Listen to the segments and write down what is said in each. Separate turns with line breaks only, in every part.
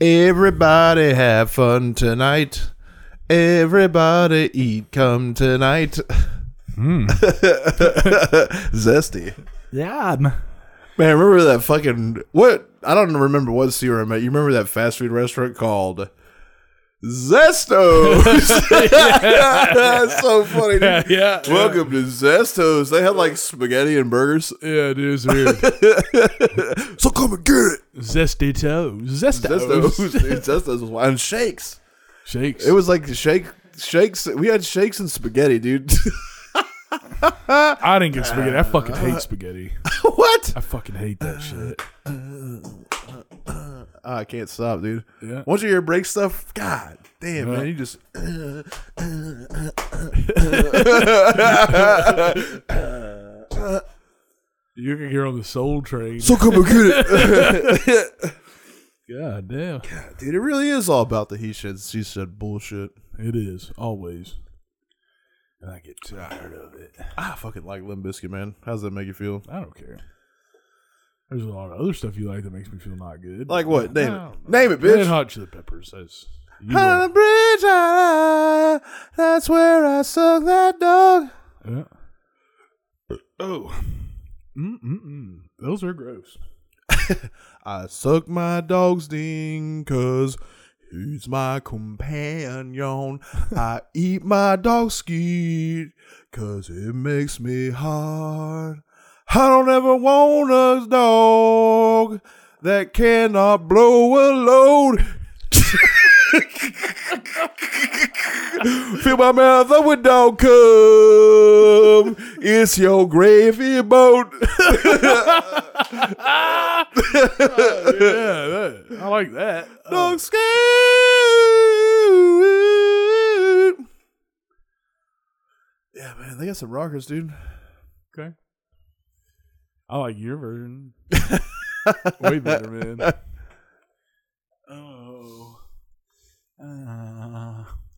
Everybody have fun tonight. Everybody eat come tonight.
Hmm.
Zesty.
Yeah. I'm-
Man, remember that fucking what? I don't remember what sewer I'm at. You remember that fast food restaurant called Zestos? That's so funny. Dude.
yeah.
Welcome to Zestos. They had like spaghetti and burgers.
Yeah, dude, it's weird.
So come and get it.
Zesty toes. Zestos.
Zestos, dude, Zestos was wild. and shakes.
Shakes.
It was like shake shakes. We had shakes and spaghetti, dude.
I didn't get spaghetti. I fucking
Uh,
hate spaghetti.
what?
I fucking hate
uh,
that shit.
Ah, I can't stop, dude.
Yeah.
Once you hear break stuff, God damn, man, you just.
You can hear on the Soul Train.
So come and get it,
God damn.
dude. It really is all about the he said, she said bullshit.
It is always. And I get tired of it.
I fucking like Limp Bizkit, man. How does that make you feel?
I don't care. There's a lot of other stuff you like that makes me feel not good.
Like what? Name it.
I don't know.
Name it,
Red
bitch.
Hot Chili Peppers. That's you
On the
love-
bridge, I lie. that's where I suck that dog.
yeah. Oh, Mm-mm-mm. those are gross.
I suck my dog's ding 'cause he's my companion. I eat my dog's skeet 'cause it makes me hard. I don't ever want a dog that cannot blow a load. Fill my mouth up with dog cum. It's your gravy boat.
Oh, yeah, I like that. Oh,
Dog scared. Yeah, man, they got some rockers, dude.
okay. I like your version. Way better, man. Oh. Uh,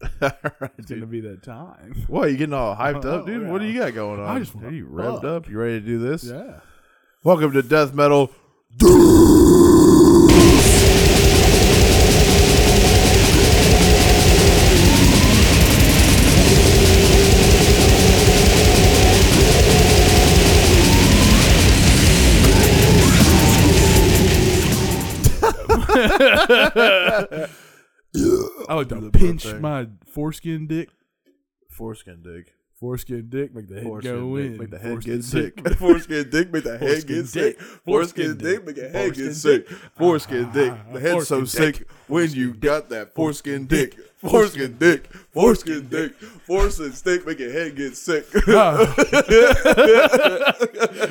All right,
it's going to
dude.
be that time.
What, you getting all hyped
Oh,
up, dude?
yeah.
What do you got going on?
I just
Are
wanna
you revved
fuck.
up? You ready to do this?
Yeah.
Welcome to Death Metal.
I like to
the
pinch
birthday.
my foreskin dick.
Foreskin dick.
Foreskin dick, make the head go
dick.
in.
Make the head
Foreskin
get sick.
dick.
Foreskin dick. Make the head
Foreskin
get sick.
dick.
Foreskin
Foreskin
dick.
dick.
Make the head get
Foreskin
sick.
dick.
Foreskin dick.
Ah,
The head's so
foreskin dick.
sick when you got that foreskin dick. Foreskin dick. Foreskin dick. Foreskin dick. Make your head get sick.
Ah.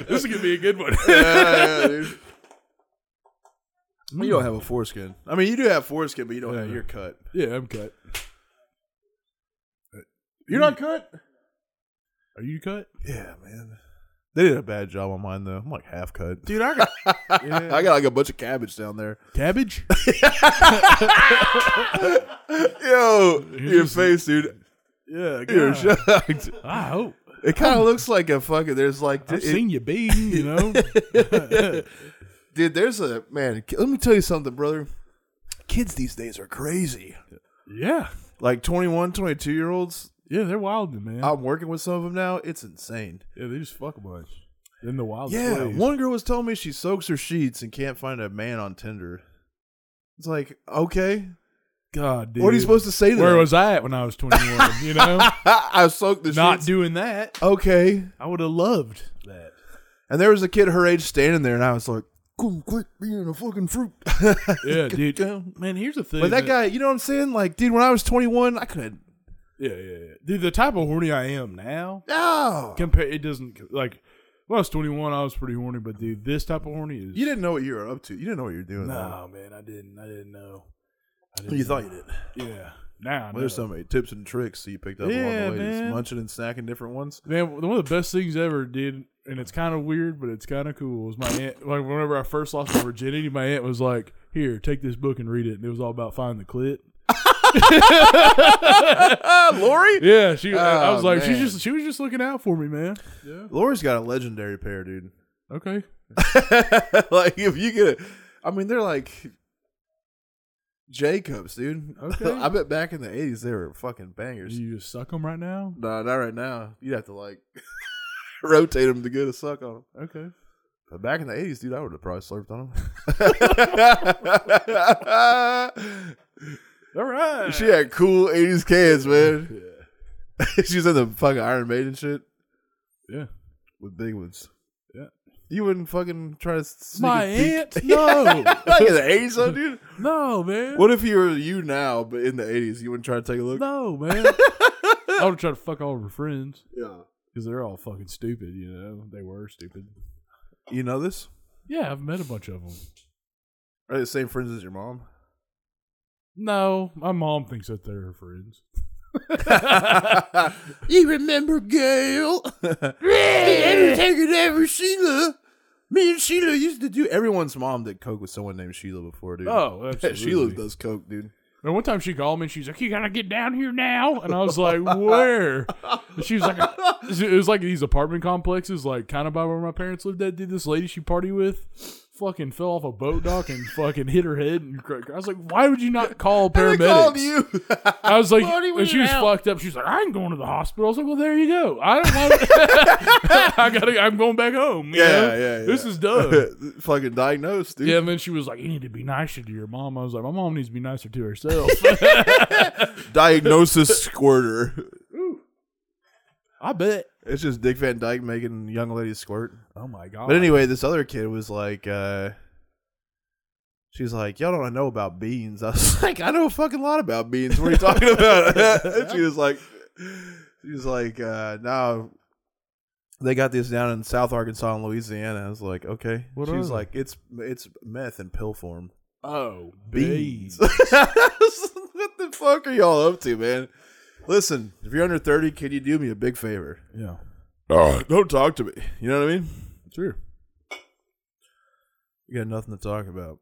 this is gonna be a good one.
Yeah, dude. You
Mm.
don't have a foreskin. I mean, you do have foreskin, but you don't have
Yeah.
your cut.
yeah, I'm cut. Mm.
You're not cut.
Are you cut?
Yeah, man. They did a bad job on mine though. I'm like half cut. Dude, I got
Yeah.
I got like a bunch of cabbage down there.
Cabbage?
Yo, your
just-
face, dude.
yeah,
You're
God.
shocked.
I hope.
It kind of looks like a fucking. There's like,
I've
it-
seen you beating, you know.
dude. There's a man. Let me tell you something, brother. Kids these days are crazy.
yeah.
Like 21, 22 year olds.
Yeah, they're wild, man.
I'm working with some of them now. It's insane.
yeah, they just fuck a bunch. In the wild.
Yeah,
plays.
one girl was telling me she soaks her sheets and can't find a man on Tinder. It's like, okay,
God, dude.
what are you supposed to say to
Where
them?
was I at when I was 21? you know,
I soaked the
not
sheets.
doing that.
okay,
I would have loved that.
and there was a kid her age standing there, and I was like, "Come quit being a fucking fruit."
Yeah, dude. Man, here's the thing.
But that guy, you know what I'm saying? Like, dude, when I was 21, I could have.
Yeah, yeah, yeah. Dude, the type of horny I am now,
No!
compare it doesn't like. When I was 21, I was pretty horny, but dude, this type of horny is.
You didn't know what you were up to. You didn't know what you were doing.
No, man, I didn't. I didn't know. I
though. You thought you did.
did. Yeah. Now I
Well, there's
know.
so many uh, tips and tricks that you picked up
Yeah,
along the way. Just
man.
munching and snacking different ones.
Man, one of the best things ever, dude, and it's kind of weird, but it's kind of cool. Is my aunt like whenever I first lost my virginity, my aunt was like, "Here, take this book and read it," and it was all about finding the clit. Uh,
Ah, Lori?
Yeah, she. I
Oh,
was like,
man.
she just she was just looking out for me, man.
Lori's got a legendary pair, dude.
Okay.
like if you get, a, I mean, they're like Jacobs, dude.
Okay.
I bet back in the eighties they were fucking bangers.
You just suck them right now.
Nah, not right now. You'd have to like rotate them to get a suck on them.
Okay.
But back in the eighties, dude, I would have probably slurped on them.
All right.
she had cool eighties cans, man. she was in the fucking Iron Maiden shit
Yeah.
with big ones.
Yeah.
You wouldn't fucking try to sneak
My
a peek?
aunt? No.
like in the eighties, though, dude.
No, man.
What if you were you now, but in the eighties, you wouldn't try to take a look?
No, man. I would try to fuck all of her friends
Yeah.
because they're all fucking stupid. You know, they were stupid.
You know this?
Yeah, I've met a bunch of them.
Are they the same friends as your mom?
No, my mom thinks that they're her friends.
you remember Gail? the Undertaker never Sheila. Me and Sheila used to do. Everyone's mom did coke with someone named Sheila before, dude.
Oh, absolutely.
Sheila does coke, dude.
And one time she called me and she's like, You gotta get down here now. And I was like, Where? And she was like, It was like these apartment complexes, like kind of by where my parents lived at. Did this lady she party with fucking fell off a boat dock and fucking hit her head? And cra- I was like, Why would you not call
They called
paramedics?
you.
I was like,
Party
and she
went
was
out.
fucked up. She was like, I ain't going to the hospital. I was like, Well, there you go. I don't want I gotta, I'm going back home. you
Yeah,
know?
yeah, yeah.
This is dumb.
fucking diagnosed, dude.
Yeah, and then she was like, "You need to be nicer to your mom." I was like, "My mom needs to be nicer to herself."
Diagnosis squirter.
I bet.
It's just Dick Van Dyke making young ladies squirt.
Oh my god.
But anyway, this other kid was like, uh, she's like, y'all don't know about beans. I was like, I know a fucking lot about beans. What are you talking about? and she was like, she was like, uh, no, they got this down in South Arkansas and Louisiana. I was like, okay.
What
she
are
was
they?
like, it's it's meth in pill form.
oh,
Beans.
beans.
what the fuck are y'all up to, man? Listen, if you're under 30, can you do me a big favor?
Yeah,
Don't talk to me. You know what I mean?
sure.
You got nothing to talk about.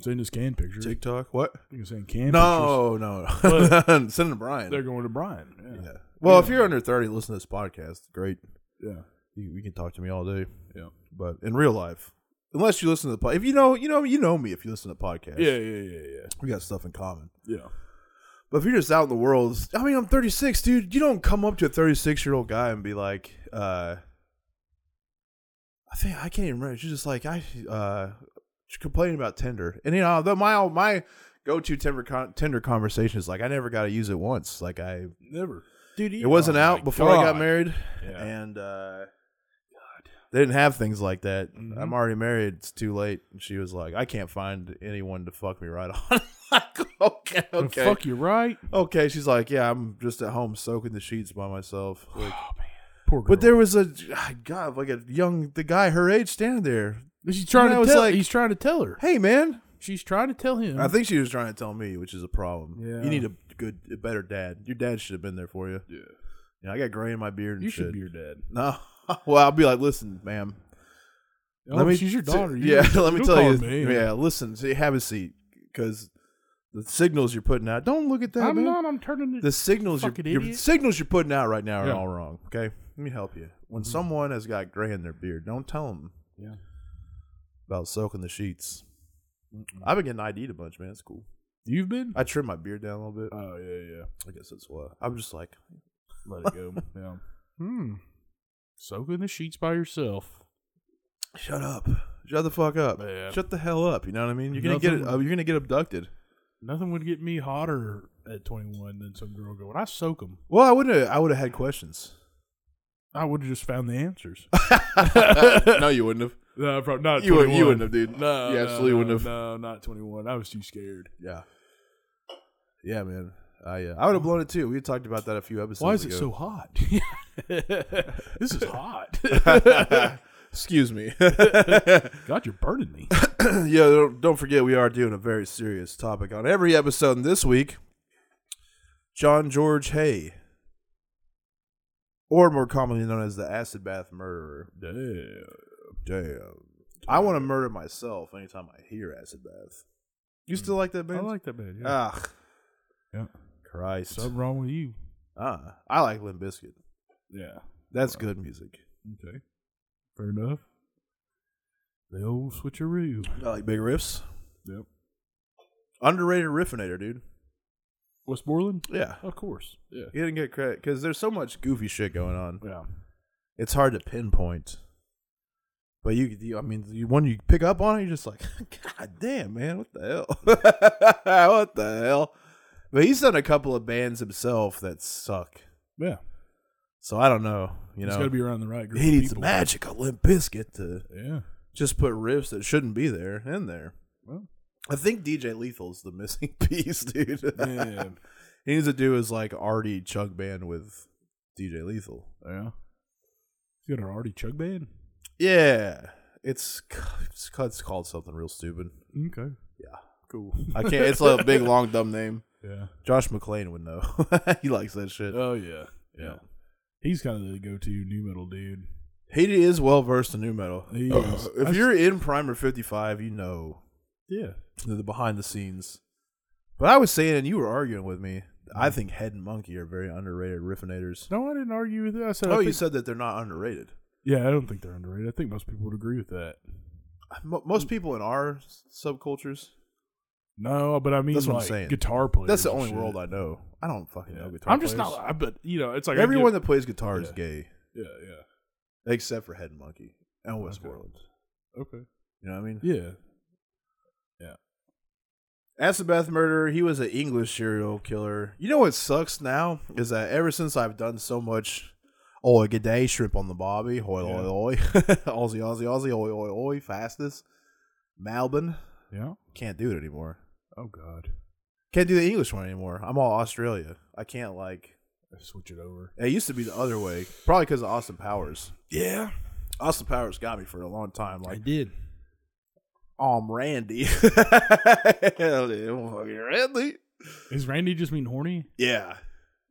Send this can picture. I
TikTok? What?
think it's saying can.
No, no, no. Send it to Brian.
pictures. they're going to Brian.
Yeah.
Yeah,
Well, if you're under 30, listen to this podcast. Great.
yeah,
You, you can talk to me all day.
yeah,
But in real life, unless you listen to the podcast, if you know, you know, you know me if you listen to podcasts.
yeah, yeah, yeah, yeah.
We got stuff in common.
yeah.
But if you're just out in the world, I mean, I'm 36, dude. You don't come up to a 36 year old guy and be like, uh, I think I can't even remember. She's just like, I, uh, she's complaining about Tinder. And, you know, the, my, my go to Tinder, con- Tinder conversation is like, I never got to use it once. Like, I,
Never, dude.
it wasn't
oh
out
my
before I got
God.
married.
Yeah.
And, uh, they didn't have things like that.
Mm-hmm.
I'm already married. It's too late. And she was like, I can't find anyone to fuck me right on. like, okay,
Well,
okay.
Fuck you, right?
Okay, she's like, yeah, I'm just at home soaking the sheets by myself. Like,
Oh man, poor girl.
but there was a God, like a young the guy her age standing there.
she's trying
and I
to
was
tell.
like-
he's trying to tell her.
Hey, man,
She's trying to tell him.
I think she was trying to tell me, which is a problem.
Yeah.
you need a good, a better dad. Your dad should have been there for you.
Yeah.
Yeah, I got gray in my beard. And
you
shit.
should be your dad.
no. Well, I'll be like, listen, ma'am.
Oh, she's your
t-
daughter. You-
yeah, let me
don't
tell
call
you.
her ma'am.
Yeah, listen, see, have a seat because the signals you're putting out. Don't look at that.
I'm
man.
not. I'm turning it.
the signals you're,
Fucking
your
idiot.
signals you're putting out right now are
Yeah.
all wrong. Okay, let me help you. When someone has got gray in their beard, don't tell them
Yeah.
about soaking the sheets. I've been getting ID'd a bunch, man. It's cool.
You've been.
I trimmed my beard down a little bit.
Oh yeah, yeah.
I guess that's why. I'm just like,
Let it go. yeah. Hmm. Soaking the sheets by yourself.
shut up, shut the fuck up,
Yeah.
shut the hell up. You know what I mean? You're gonna
Nothing
get
would-
uh, you're gonna get abducted.
Nothing would get me hotter at 21 than some girl going, I soak them.
Well, I wouldn't. Have, I would have had questions.
I would have just found the answers.
no, you wouldn't have.
no, probably not at
You, would,
21.
you wouldn't have, dude.
No,
you
no,
absolutely
no,
wouldn't have.
No, not 21. I was too scared.
Yeah. Yeah, man. I uh, I would have blown it too. We talked about that a few episodes.
Why is it
ago.
so hot? this is hot.
Excuse me.
God, you're burning me.
yeah, don't, don't forget we are doing a very serious topic on every episode. And this week, John George Hay, or more commonly known as the acid bath murderer.
Damn.
Damn, I want to murder myself anytime I hear acid bath. You still like that
I
band?
like that band. Yeah.
Ah,
yeah.
Christ.
Something wrong with you.
Ah, I like Limp Bizkit.
Yeah.
That's good music.
Okay. Fair enough. The old switcheroo.
I like big riffs.
Yep.
Underrated riffinator, dude.
Westmoreland?
Yeah.
Of course. Yeah.
He didn't get credit because there's so much goofy shit going on.
Yeah.
It's hard to pinpoint. But you, you I mean, you, when you pick up on it, you're just like, God damn, man, what the hell? what the hell? But he's done a couple of bands himself that suck.
Yeah.
So I don't know. You
It's
know,
got to be around the right group.
he
of
needs
people.
magic, a Limp Bizkit to
Yeah.
just put riffs that shouldn't be there in there.
Well.
I think DJ Lethal's the missing piece, dude.
Yeah.
he needs to do his like arty chug band with DJ Lethal.
yeah. He's got an Artie Chug band.
Yeah, it's it's called, it's called something real stupid.
Okay.
Yeah.
Cool.
I can't. It's a big long dumb name.
yeah.
Josh McClain would know. Uh, he likes that shit.
Oh yeah. Yeah. He's kind of the go-to new metal dude.
He is well versed in new metal. Uh,
He is.
If you're in Primer 55, you know
Yeah.
the, the behind the scenes. But I was saying, and you were arguing with me. I think Head and Monkey are very underrated riffinators.
No, I didn't argue with that. I said. I
Oh, you
think-
said that they're not underrated.
yeah, I don't think they're underrated. I think most people would agree with that.
Mo- Most people in our s- subcultures.
No, but I mean,
That's what I'm
like,
saying.
guitar players.
That's the
and
only
shit.
world I know. I don't fucking know guitar.
I'm just
players.
not. I, but you know, it's like I
Everyone
get-
that plays guitar is
Yeah.
gay,
yeah. Yeah.
except for Head and Monkey and Westmoreland.
Okay.
You know what I mean?
Yeah.
Asabeth Murder, he was an English serial killer. You know what sucks now is that ever since I've done so much, oh, good day, shrimp on the bobby, hoy, hoy,
Yeah.
hoy, Aussie, Aussie, Aussie, hoy, hoy, hoy, fastest, Malbin,
Yeah.
can't do it anymore.
Oh God.
Can't do the English one anymore. I'm all Australia. I can't, like,
Switch it over.
it used to be the other way, probably because of Austin Powers.
Yeah.
Austin Powers got me for a long time. Like,
did.
um, Randy. Randy.
Is Randy just mean horny?
Yeah.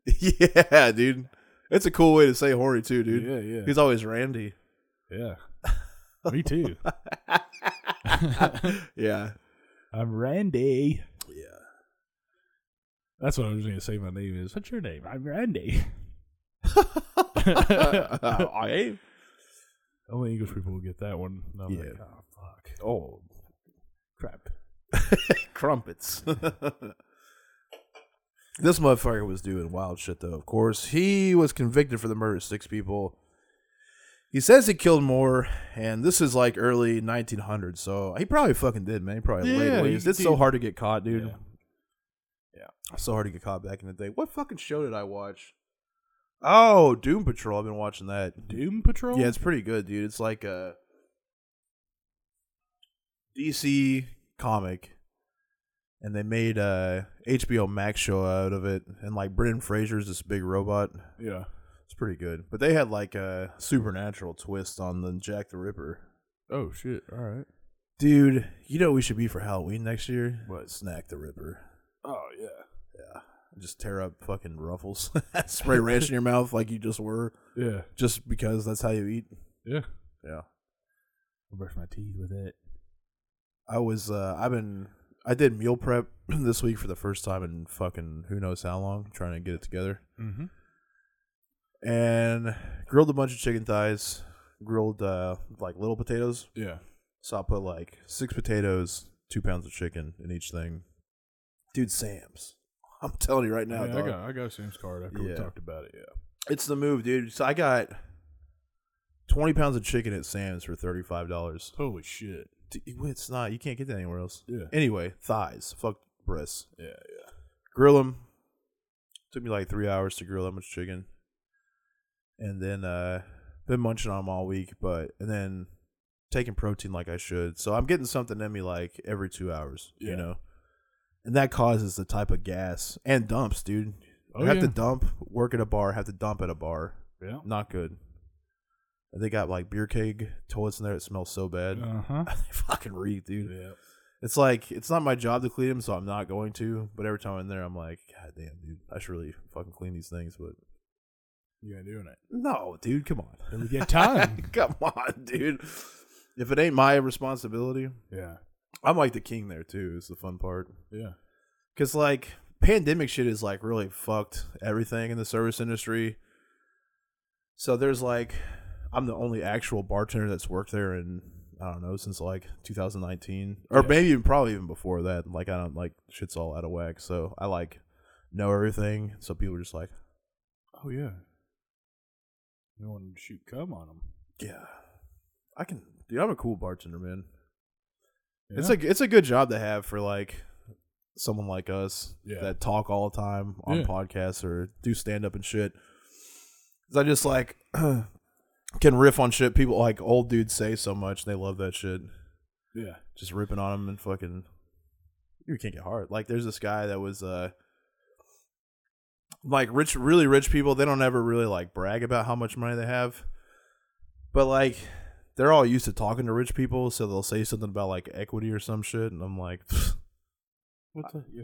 Yeah, dude. It's a cool way to say horny too, dude.
Yeah. Yeah.
He's always Randy.
yeah. Me too.
Yeah.
I'm Randy.
Yeah.
That's what I was going to say. My name is. What's your name? I'm Randy.
I
Only English people will get that one. And I'm like,
Yeah.
oh fuck. Oh, crap.
crumpets. this motherfucker was doing wild shit though, of course. He was convicted for the murder of six people. He says he killed more, and this is like early 1900s, so he probably fucking did, man. He probably
Yeah,
laid
he
waste. It's so
did.
hard to get caught, dude.
Yeah.
so hard to get caught back in the day. What fucking show did I watch? Oh, Doom Patrol. I've been watching that.
Doom Patrol.
Yeah, it's pretty good, dude. It's like a DC comic, and they made uh, a HBO Max show out of it. And like Brendan Fraser's this big robot.
yeah.
It's pretty good, but they had like a supernatural twist on the Jack the Ripper.
Oh shit. All right.
Dude, you know what we should be for Halloween next year?
What?
Snack the Ripper.
Oh yeah.
Just tear up fucking ruffles. Spray ranch in your mouth like you just were.
Yeah.
just because that's how you eat.
Yeah.
Yeah.
I brush my teeth with it.
I was uh I've been I did meal prep this week for the first time in fucking who knows how long trying to get it together.
Mm-hmm.
And grilled a bunch of chicken thighs, grilled uh like little potatoes.
Yeah.
So I put like six potatoes, two pounds of chicken in each thing. Dude Sam's. I'm telling you right now,
Yeah, I
dog.
got I got Sam's card after we
Yeah.
talked about it. Yeah.
it's the move, dude. So I got twenty pounds of chicken at Sam's for thirty five dollars.
Holy shit.
It's not you can't get that anywhere else.
Yeah.
Anyway, thighs. Fuck breasts.
Yeah.
Grill them. Took me like three hours to grill that much chicken. And then uh been munching on them all week, but and then taking protein like I should. So I'm getting something in me like every two hours,
Yeah.
you know. And that causes the type of gas and dumps, dude.
Oh,
I have
yeah.
to dump, work at a bar, have to dump at a bar.
Yeah.
Not good. And They got like beer keg toilets in there that smell so bad.
Uh huh.
they fucking reek, dude.
Yeah.
It's like it's not my job to clean them, so I'm not going to. But every time I'm there, I'm like, God damn, dude, I should really fucking clean these things. But
You ain't doing it.
no, dude, come
Then we
on,
get time.
come on, dude. If it ain't my responsibility,
yeah.
I'm like the king there too. Is the fun part
Yeah.
because like pandemic shit is like really fucked everything in the service industry. So there's like, I'm the only actual bartender that's worked there in I don't know since like 2019 or maybe even probably even before that. Like I don't like shit's all out of whack, so I like know everything. So people are just like,
Oh yeah. You want to shoot cum on them?
yeah, I can. Dude, I'm a cool bartender, man. It's
Yeah.
a it's a good job to have for like someone like us
Yeah.
that talk all the time on
Yeah.
podcasts or do stand up and shit. 'Cause I just like can riff on shit people like old dudes say so much. and They love that shit.
yeah.
Just ripping on them and fucking you can't get hard. Like there's this guy that was uh like rich really rich people they don't ever really like brag about how much money they have but like they're all used to talking to rich people so they'll say something about like equity or some shit and i'm like
What the? Uh, Yeah.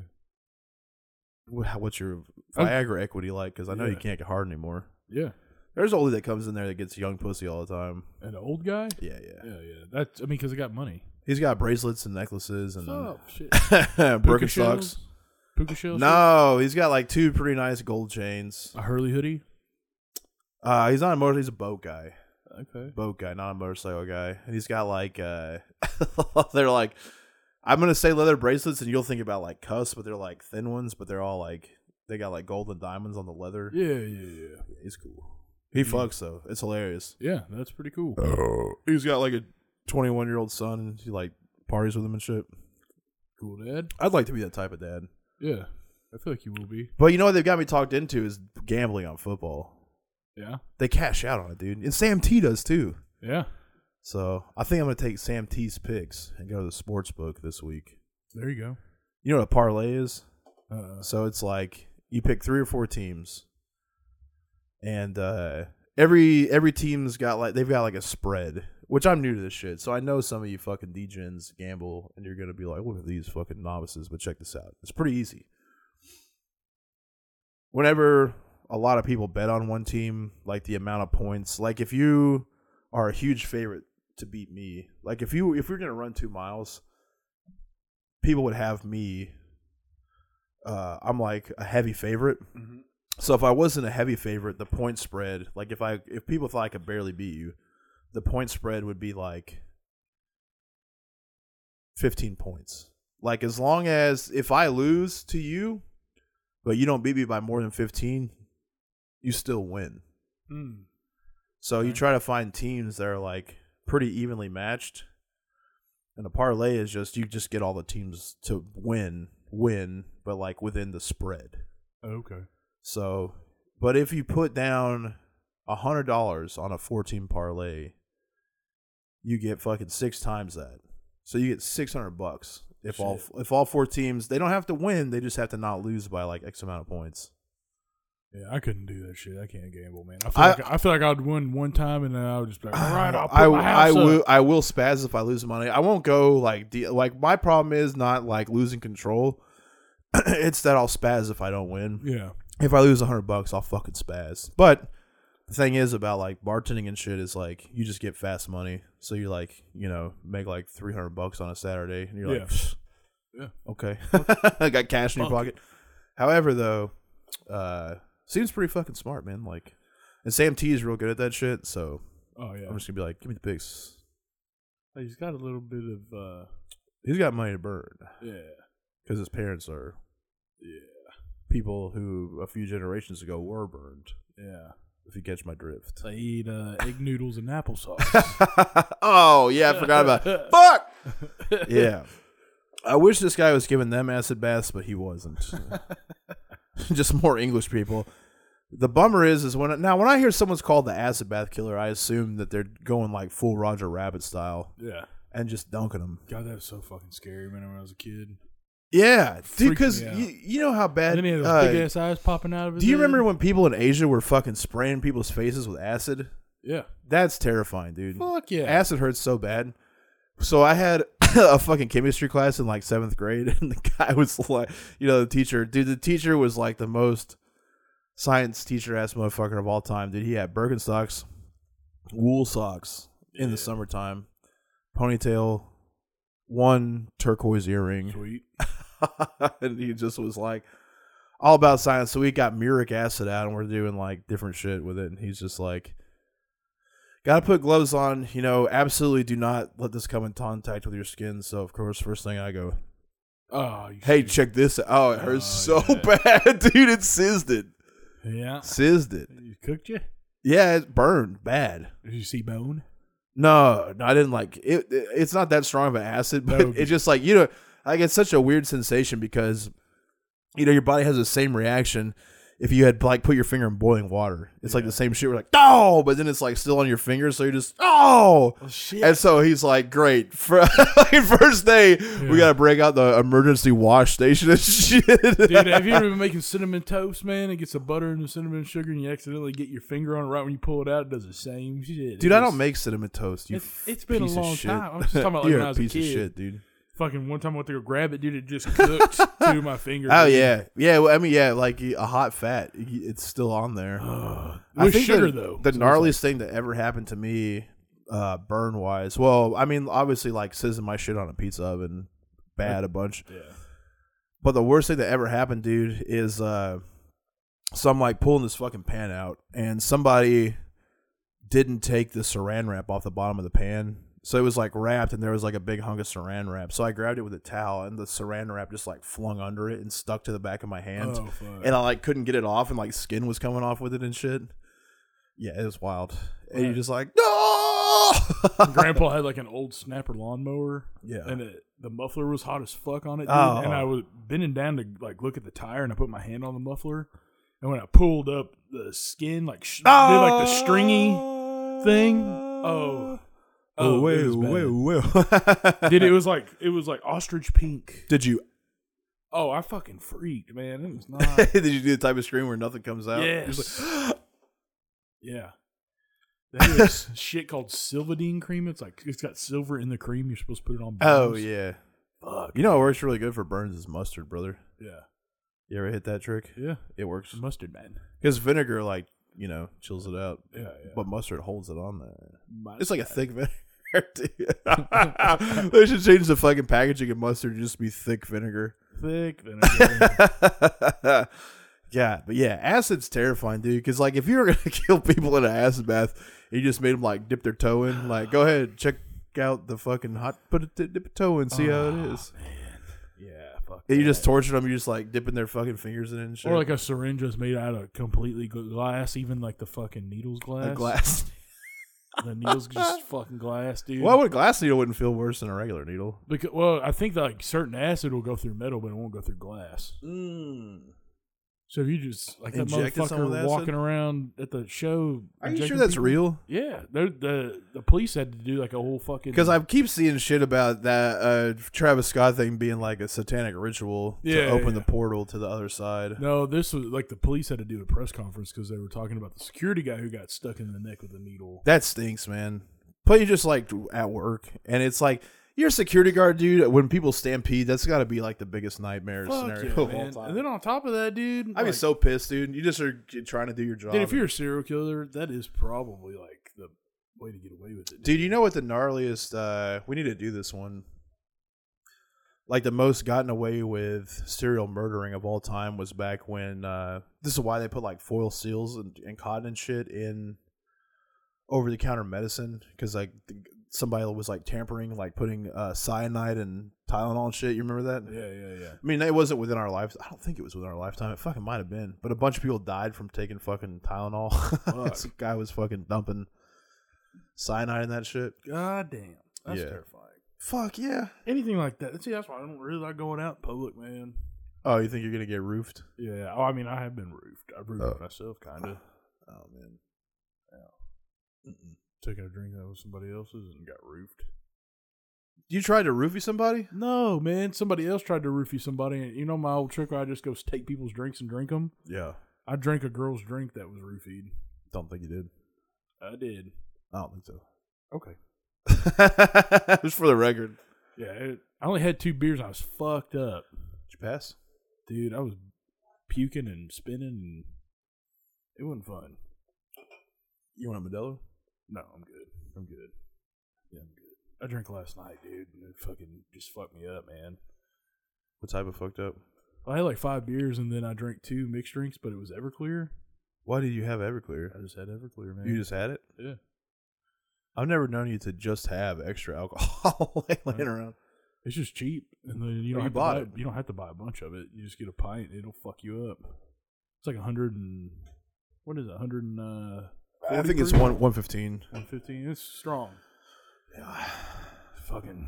wh- how- what's your
Oh.
viagra equity like because i know you
Yeah.
can't get hard anymore
Yeah.
there's a oldie that comes in there that gets young pussy all the time
An old guy?
yeah yeah
Yeah, yeah. That's I mean, because I got money.
he's got bracelets and necklaces and
Oh shit. Puka
birkenstocks
shells? Puka shells?
no he's got like two pretty nice gold chains
A hurley hoodie.
uh he's not a motor he's a boat guy
Okay.
boat guy, not a motorcycle guy. And he's got like uh they're like I'm gonna say leather bracelets and you'll think about like cuffs, but they're like thin ones, but they're all like they got like gold and diamonds on the leather.
Yeah, yeah, yeah.
Yeah, he's cool. He fucks though. It's hilarious. Uh,
Yeah, that's pretty cool.
He's got like a twenty one year old son and he like parties with him and shit.
Cool dad.
I'd like to be that type of dad.
Yeah. I feel like you will be.
But you know what they've got me talked into is gambling on football.
Yeah.
They cash out on it, dude. And Sam T does too.
Yeah.
So I think I'm gonna take Sam T's picks and go to the sports book this week.
There you go.
You know what a parlay is?
Uh,
So it's like you pick three or four teams, and uh, every every team's got like they've got like a spread. Which I'm new to this shit, so I know some of you fucking degens gamble, and you're gonna be like, "Look at these fucking novices." But check this out; it's pretty easy. Whenever a lot of people bet on one team, like the amount of points, like if you are a huge favorite to beat me, like if you if we we're gonna run two miles, people would have me uh, I'm like a heavy favorite.
Mm-hmm.
So if I wasn't a heavy favorite, the point spread, like if I if people thought I could barely beat you, the point spread would be like 15 points. Like as long as if I lose to you, but you don't beat me by more than 15, you still win.
mm.
So you
Okay.
try to find teams that are like pretty evenly matched. And a parlay is just you just get all the teams to win, win, but like within the spread.
Okay.
So, but if you put down a hundred dollars on a fourteen parlay, you get fucking six times that. So you get six hundred bucks if all
Shit.
if all four teams they don't have to win, they just have to not lose by like X amount of points.
Yeah, I couldn't do that shit. I can't gamble, man. I feel
I-
like I feel like I'd win one time and then I would just be like, all right, I'll put
I
my
I
house up."
will I will spaz if I lose money. I won't go like de- like my problem is not like losing control. it's that I'll spaz if I don't win.
Yeah.
if I lose a hundred bucks, I'll fucking spaz. But the thing is about like bartending and shit is like you just get fast money, so you like you know make like three hundred bucks on a Saturday, and you're
Yeah.
like, "Pfft,
Yeah.
okay, I got cash in your
Fuck.
pocket. However, though, uh, seems pretty fucking smart, man. Like, and Sam T is real good at that shit, so
Oh yeah.
I'm just gonna be like, give me the picks.
He's got a little bit of uh
He's got money to burn
yeah.
because his parents are
Yeah.
people who a few generations ago were burned.
Yeah.
If you catch my drift.
I eat uh, egg noodles and applesauce.
oh yeah, I forgot about fuck. Yeah, I wish this guy was giving them acid baths, but he wasn't. Just more English people. The bummer is, is when now when I hear someone's called the acid bath killer, I assume that they're going like full Roger Rabbit style
yeah.
and just dunking them.
God, that was so fucking scary, man, when I was a kid.
Yeah, dude,
Freaking
because
me out.
you, you know how bad.
And then he had those
uh,
big ass eyes popping out of his
do you
head.
remember when people in Asia were fucking spraying people's faces with acid?
Yeah.
That's terrifying, dude.
Fuck yeah.
acid hurts so bad. So I had a fucking chemistry class in like seventh grade, and the guy was like, you know, the teacher, dude, the teacher was like the most science teacher ass motherfucker of all time, dude. He had Birkenstocks, wool socks in the summertime, ponytail, one turquoise earring,
Sweet.
and he just was like all about science. So we got muric acid out and we're doing like different shit with it. And he's just like, Got to put gloves on. You know, absolutely do not let this come in contact with your skin. So, of course, first thing I go,
Oh, you
hey, check this out. Oh, it hurts
Oh,
so bad, dude. It sizzed it.
yeah,
Sizzed it.
you cooked you.
Yeah, it burned bad.
Did you see bone?
No, no, I didn't like it. it- It's not that strong of an acid, but
No.
it's just like, you know, like it's such a weird sensation because, you know, your body has the same reaction if you had like put your finger in boiling water. It's like the same shit. We're like, oh, but then it's like still on your finger. So you're just, oh.
shit.
And so he's like, great. For, like, first day, we got to break out the emergency wash station and shit.
Dude, have you ever been making cinnamon toast, man? It gets the butter and the cinnamon sugar, and you accidentally get your finger on it right when you pull it out. It does the same shit.
Dude, I don't
It's-
make cinnamon toast. You
It's- it's been a
piece of
long
shit.
time. I'm just talking about, like,
You're
when
a
I was a
piece
kid.
of shit, dude.
fucking one time I went to go grab it, dude. It just cooked to my finger.
Oh
dude.
yeah, yeah. Well, I mean, yeah, like a hot fat. It's still on there. I
with
think
sugar
the,
though.
The gnarliest thing that ever happened to me, uh, burn wise. Well, I mean, obviously, like sizzling my shit on a pizza oven, bad a bunch.
yeah.
But the worst thing that ever happened, dude, is uh, so I'm like pulling this fucking pan out, and somebody didn't take the saran wrap off the bottom of the pan. So it was like wrapped, and there was like a big hunk of saran wrap. So I grabbed it with a towel, and the saran wrap just like flung under it and stuck to the back of my hand
Oh fuck.
and I like couldn't get it off, and like skin was coming off with it and shit. Yeah, it was wild. And you're just like, no.
Grandpa had like an old snapper lawnmower.
Yeah.
And it, the muffler was hot as fuck on it, dude.
Oh.
And I was bending down to like look at the tire, and I put my hand on the muffler, and when I pulled up the skin, like sh- did like the stringy thing. Oh.
oh,
it
wait,
was bad.
wait, wait.
Dude, it was like it was like ostrich pink.
Did you
Oh, I fucking freaked, man. It was not.
did you do the type of scream where nothing comes out? You're just
Yes. yeah. That is shit called Silvadine cream. It's like it's got silver in the cream. You're supposed to put it on.
like, oh
bones.
yeah.
Fuck.
You know what works really good for burns is mustard, brother.
Yeah.
You ever hit that trick?
Yeah.
It works
Mustard man.
because vinegar, like you know, chills it out,
Yeah.
but mustard holds it on there.
yeah.
It's like a thick vinegar. dude. they should change the fucking packaging of mustard to just be thick vinegar.
thick vinegar.
yeah, but yeah, acid's terrifying, dude. Because like, if you were gonna kill people in an acid bath, and you just made them like dip their toe in. Like, go ahead, check out the fucking hot, put a dip, dip a toe in, see how it is.
yeah. Fuck.
And you just torture them. You just like dipping their fucking fingers in it and shit.
Or like a syringe that's made out of completely gl- glass, even like the fucking needles glass.
a glass.
The needles just fucking glass, dude.
Why would a glass needle wouldn't feel worse than a regular needle?
Because, well, I think that, like certain acid will go through metal, but it won't go through glass. Hmm.
Mm.
So if you just like that
Injected someone with
motherfucker
acid?
walking around at the show,
Are you sure
injecting
that's
people-
real?
Yeah, they're- the the police had to do like a whole fucking
Because I keep seeing shit about that uh, Travis Scott thing being like a satanic ritual
Yeah,
to open
yeah.
the portal to the other side.
No, this was like the police had to do a press conference because they were talking about the security guy who got stuck in the neck with a needle.
That stinks, man. But you just like at work, and it's like you're a security guard, dude. When people stampede, that's got to be like the biggest nightmare
Fuck
scenario
yeah,
of all
man.
time.
And then on top of that, dude,
I'd be
like,
so pissed, dude. You just are trying to do your job.
dude, if you're a serial killer, that is probably like the way to get away with it.
Dude, you know what the gnarliest? Uh, we need to do this one. Like the most gotten away with serial murdering of all time was back when. Uh, this is why they put like foil seals and, and cotton and shit in over the counter medicine because like the, somebody was like tampering, like putting uh, cyanide and Tylenol and shit. You remember that?
Yeah, yeah, yeah.
I mean, it wasn't within our lives. I don't think it was within our lifetime. It fucking might have been, but a bunch of people died from taking fucking Tylenol. This guy was fucking dumping cyanide in that shit.
God damn, that's
Yeah.
terrifying.
Fuck yeah.
Anything like that. See, that's why I don't really like going out in public, man.
Oh, you think you're gonna get roofed?
Yeah. Oh, I mean, I have been roofed. I roofed
Oh.
myself, kind of.
Oh man.
Taking a drink out of somebody else's and got roofed.
You tried to roofie somebody?
No, man. Somebody else tried to roofie somebody, and you know my old trick where I just go take people's drinks and drink them.
Yeah.
I drank a girl's drink that was roofied.
Don't think you did.
I did.
I don't think so.
Okay.
Just for the record.
Yeah, it, I only had two beers. and I was fucked up,
Did you pass?
dude. I was puking and spinning, and it wasn't fun.
You want a Modelo?
No, I'm good. I'm good. Yeah, I'm good. I drank last night, dude, and it fucking just fucked me up, man.
What type of fucked up?
I had like five beers, and then I drank two mixed drinks, but it was Everclear.
Why did you have Everclear?
I just had Everclear, man.
You just had it?
yeah.
I've never known you to just have extra alcohol laying around.
It's just cheap, and then you
Oh, you
don't have to
bought
buy,
it.
You don't have to buy a bunch of it. You just get a pint. It'll fuck you up. It's like a hundred and what is it? Hundred and uh,
I
40
think it's
proof?
one one fifteen.
one fifteen. It's strong. Fucking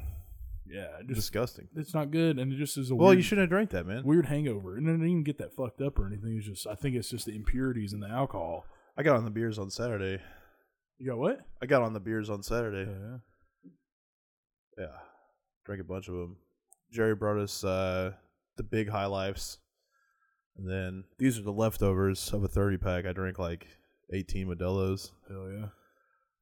yeah. it Just
Disgusting.
it's not good, and it just is a
Well,
weird,
you shouldn't have drank that, man.
weird hangover. And I didn't even get that fucked up or anything. It's just I think it's just the impurities in the alcohol.
I got on the beers on Saturday.
You got what?
I got on the beers on Saturday.
Yeah.
Yeah, drank a bunch of them. Jerry brought us uh, the big high lifes, and then these are the leftovers of a thirty pack. I drank like eighteen Modelo's.
Hell yeah.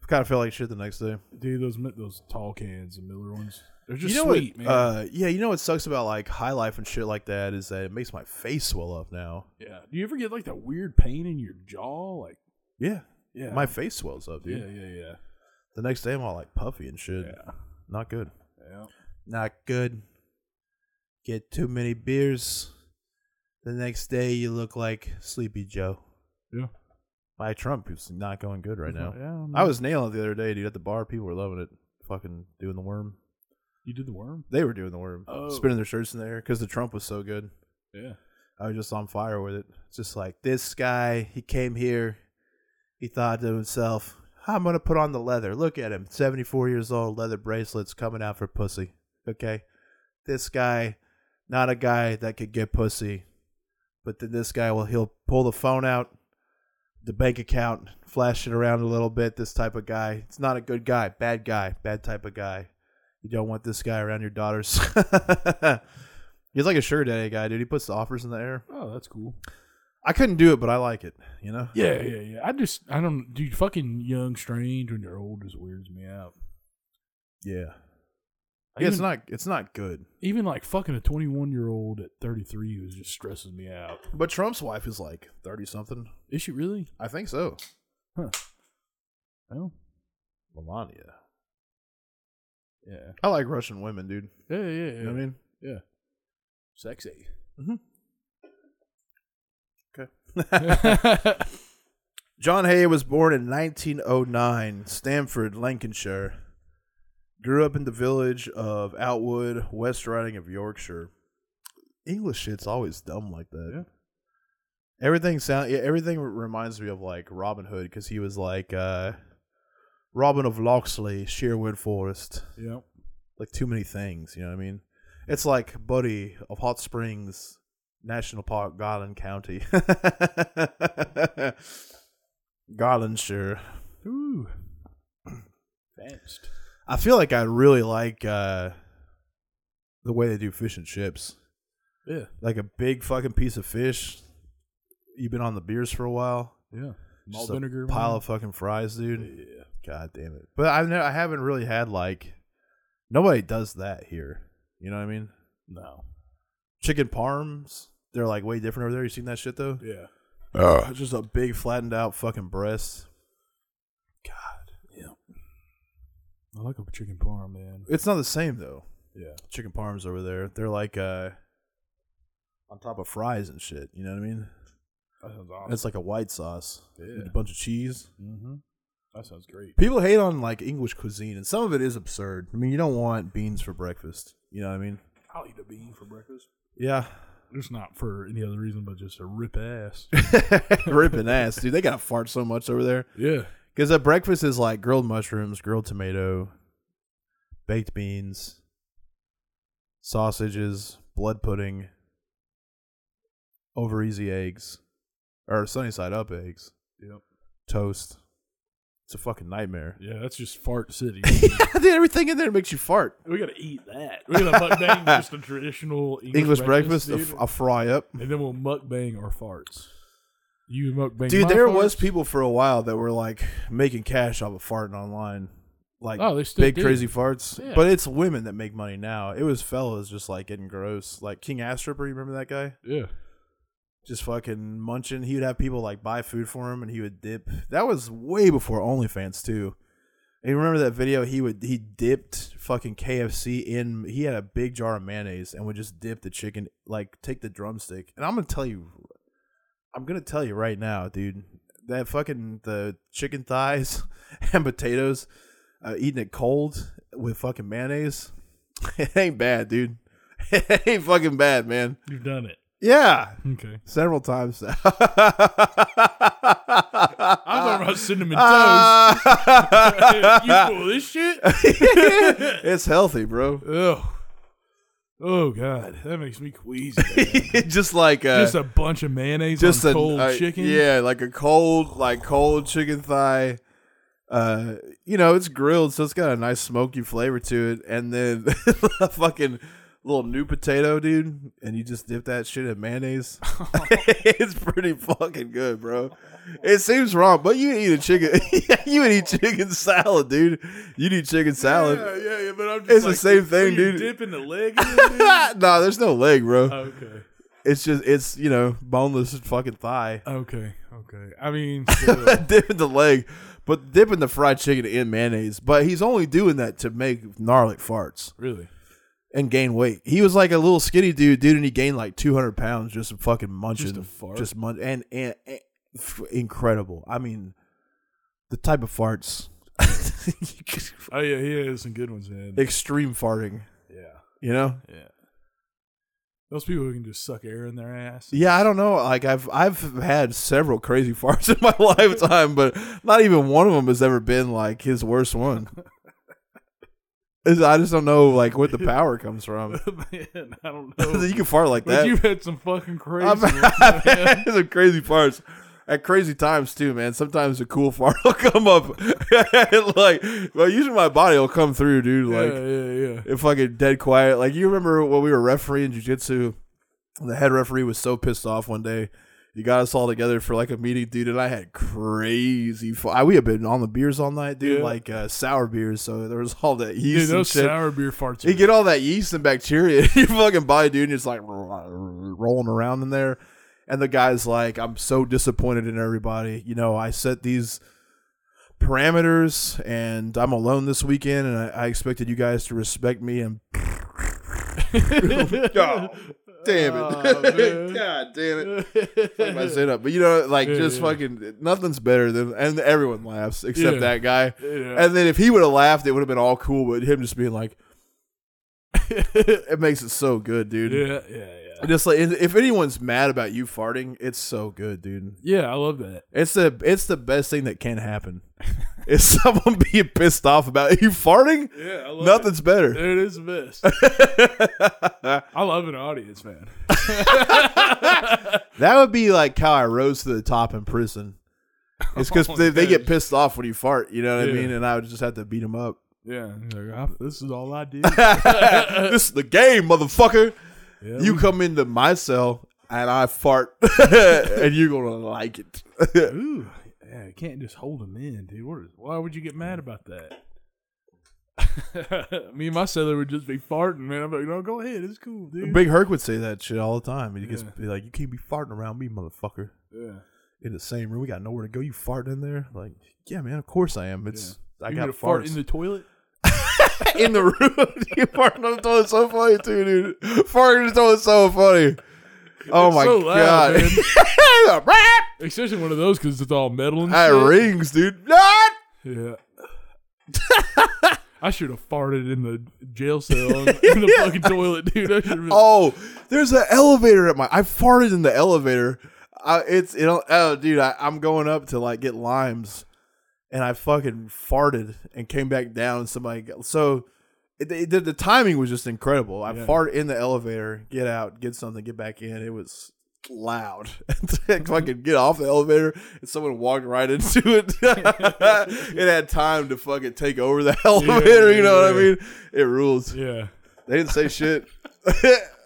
Kind of felt like shit the next day.
Dude, those mi- those tall cans and Miller ones, they're just
you know
sweet,
what,
man.
Uh, yeah, you know what sucks about like high life and shit like that is that it makes my face swell up now.
yeah. Do you ever get like that weird pain in your jaw? Like
Yeah,
yeah,
my face swells up, dude.
yeah, yeah, yeah,
The next day I'm all like puffy and shit.
yeah.
Not good.
Yeah.
Not good. Get too many beers. The next day you look like Sleepy Joe.
Yeah.
My Trump is not going good right
It's
now.
not- yeah, I'm-
I was nailing it the other day, dude. At the bar, people were loving it. Fucking doing the worm.
You did the worm?
They were doing the worm.
Oh.
Spinning their shirts in the air because the Trump was so good.
Yeah.
I was just on fire with it. It's Just like this guy, he came here, he thought to himself, "I'm gonna put on the leather. Look at him, 74 years old, leather bracelets coming out for pussy." Okay, this guy, not a guy that could get pussy, but then this guy, well, he'll pull the phone out, the bank account, flash it around a little bit. This type of guy, it's not a good guy, bad guy, bad type of guy. You don't want this guy around your daughters. He's like a sugar daddy guy, dude. He puts the offers in the air.
Oh, that's cool.
I couldn't do it, but I like it. You know.
Yeah, yeah, yeah. I just, I don't, dude, fucking young, strange when you're old just weirds me out.
Yeah.
I
Yeah, it's
even-
not. It's not good.
Even like fucking a 21 year old at 33 was just stressing me out.
But Trump's wife is like thirty something.
Is she really?
I think so.
Huh. Well,
Melania.
yeah.
I like Russian women, dude.
Yeah, yeah,
You
yeah.
know what I mean?
Yeah. Sexy.
Okay. John Hay was born in 1909, Stamford, Lancashire. Grew up in the village of Outwood, West Riding of Yorkshire. English shit's always dumb like that.
Yeah.
Everything sound yeah, everything reminds me of like Robin Hood because he was like uh, Robin of Locksley, Sherwood Forest.
yeah.
Like too many things, you know what I mean? It's like Buddy of Hot Springs National Park, Garland County, Garlandshire.
Ooh. Fast.
I feel like I really like uh, the way they do fish and chips.
Yeah.
Like a big fucking piece of fish. You've been on the beers for a while.
Yeah. Malt
Just a
vinegar.
pile
man.
of fucking fries, dude.
Yeah.
God damn it! But I've never, I haven't really had like nobody does that here. You know what I mean?
No.
Chicken parms, they're like way different over there. You seen that shit though?
Yeah.
Uh, just a big flattened out fucking breast. God,
Yeah. I like a chicken parm, man.
it's not the same though.
Yeah.
Chicken parms over there, they're like uh on top of fries and shit. You know what I mean?
That sounds
And It's like a white sauce with
Yeah.
a bunch of cheese.
Mm-hmm. That sounds great.
People hate on like English cuisine, and some of it is absurd. I mean, you don't want beans for breakfast. You know what I mean?
I'll eat a bean for breakfast.
Yeah,
Just not for any other reason but just to rip ass.
ripping ass, dude. They gotta fart so much over there
yeah.
because at breakfast is like grilled mushrooms, grilled tomato, baked beans, sausages, blood pudding, over easy eggs, or sunny side up eggs,
Yep.
toast. It's a fucking nightmare.
Yeah, that's just fart city.
dude, everything in there makes you fart.
we gotta eat that. We gotta mukbang just a traditional English,
English breakfast, a,
dude.
f- a fry up.
and then we'll mukbang our farts. You mukbang,
Dude,
my
there
farts?
was people for a while that were like making cash off of farting online, like
Oh, they still
big
do.
crazy farts.
Yeah.
But it's women that make money now. It was fellas just like getting gross, like King Astripper. You remember that guy?
Yeah,
Just fucking munching. He would have people like buy food for him, and he would dip. That was way before OnlyFans too. And you remember that video? He would he dipped fucking KFC in. He had a big jar of mayonnaise and would just dip the chicken, like take the drumstick. And I'm gonna tell you, I'm gonna tell you right now, dude. That fucking the chicken thighs and potatoes. uh, eating it cold with fucking mayonnaise. It ain't bad, dude. It ain't fucking bad, man.
You've done it.
Yeah,
Okay.
several times. I'm
I'm
talking
talking about cinnamon
Ah.
toast. you
about
pull this shit?
It's healthy, bro.
Oh. Oh god, that makes me queasy. man.
just like uh,
just a bunch of mayonnaise
just
on
a
cold
uh,
chicken.
Yeah, like a cold, like cold chicken thigh. Uh, you know, it's grilled, so it's got a nice smoky flavor to it, and then a fucking little new potato, dude, and you just dip that shit in mayonnaise. it's pretty fucking good, bro. It seems wrong, but you eat a chicken. you would eat chicken salad, dude. You need chicken salad.
yeah, yeah, yeah, but I'm just
It's the
like,
same
are
thing,
you
dude.
Dipping the leg. in it, dude?
nah, there's no leg, bro.
okay.
It's just it's you know boneless fucking thigh.
Okay. Okay. I mean,
dip in the leg, but dipping the fried chicken in mayonnaise. But he's only doing that to make gnarly farts
really.
and gain weight. He was like a little skinny dude, dude, and he gained like 200 pounds just from fucking munching.
Just a fart?
Just mun- and, and, and f- incredible. I mean, the type of farts.
Oh yeah, he has some good ones, man.
Extreme farting,
Yeah.
you know?
Yeah. Those people who can just suck air in their ass.
Yeah, I don't know. Like I've I've had several crazy farts in my lifetime, but not even one of them has ever been like his worst one. It's- I just don't know like where the power comes from.
man, I don't know.
you can fart like
but
that.
you've had some fucking crazy.
I've,
ones,
I've
man.
had some crazy farts at crazy times too, man. Sometimes a cool fart will come up, And, like well, usually my body will come through, dude. Like
yeah, yeah, yeah.
if I get dead quiet. Like you remember when we were refereeing jujitsu, the head referee was so pissed off one day. He got us all together for like a meeting, dude, and I had crazy. F- I, we had been on the beers all night, dude,
Yeah.
like uh, sour beers. So there was all that yeast
Dude,
and
those
shit.
sour beer farts.
you
Are,
get all that yeast and bacteria in your fucking body, dude, and it's like rolling around in there. And the guy's like, "I'm so disappointed in everybody. You know, I set these." parameters and I'm alone this weekend and I, I expected you guys to respect me and God damn it.
Oh, man.
God damn it. Fuck my shit up. But you know, like
Yeah,
just
yeah.
fucking nothing's better than and everyone laughs except
Yeah.
that guy.
Yeah.
And then if he would have laughed, it would have been all cool, but him just being like it makes it so good, dude.
yeah, yeah, yeah.
Just like if anyone's mad about you farting, it's so good, dude.
Yeah, I love that.
It's the it's the best thing that can happen. Is someone being pissed off about you farting?
Yeah, I love
Nothing's better.
It is the best. I love an audience, man.
That would be like how I rose to the top in prison. It's because
Oh,
they, they get
gosh.
pissed off when you fart. You know what
Yeah.
I mean? And I would just have to beat them up.
Yeah, like, I, this is all I do.
this is the game, motherfucker.
Yeah,
You come into my cell and I fart, and you're gonna like it.
Ooh, yeah, you can't just hold them in, dude. What is, why would you get mad about that? Me and my seller would just be farting, man. I'm like, no, go ahead, it's cool, dude.
Big Herc would say that shit all the time. He gets
Yeah.
be like, "You can't be farting around me, motherfucker."
yeah.
In the same room, we got nowhere to go. You farting in there? Like, yeah, man. Of course I am. It's I
you
got
gonna
farts
fart in the toilet.
in the room. you farting on the toilet's so funny too, dude. Farting on the toilet's so funny. Oh
It's
my
so loud,
god!
Especially one of those because it's all metal and
that
shit.
rings, dude. Not
Yeah. I should have farted in the jail cell in, in the fucking toilet, dude. I should have.
oh, there's an elevator at my. I farted in the elevator. I, it's it. Oh, dude, I, I'm going up to like get limes, and I fucking farted and came back down. And somebody got- so. It, it- the, the timing was just incredible. I
Yeah.
fart in the elevator, get out, get something, get back in. It was loud.
Mm-hmm.
Fucking get off the elevator, and someone walked right into it. it had time to fucking take over the elevator. you know what I
yeah.
mean? It rules.
Yeah.
They didn't say shit.
I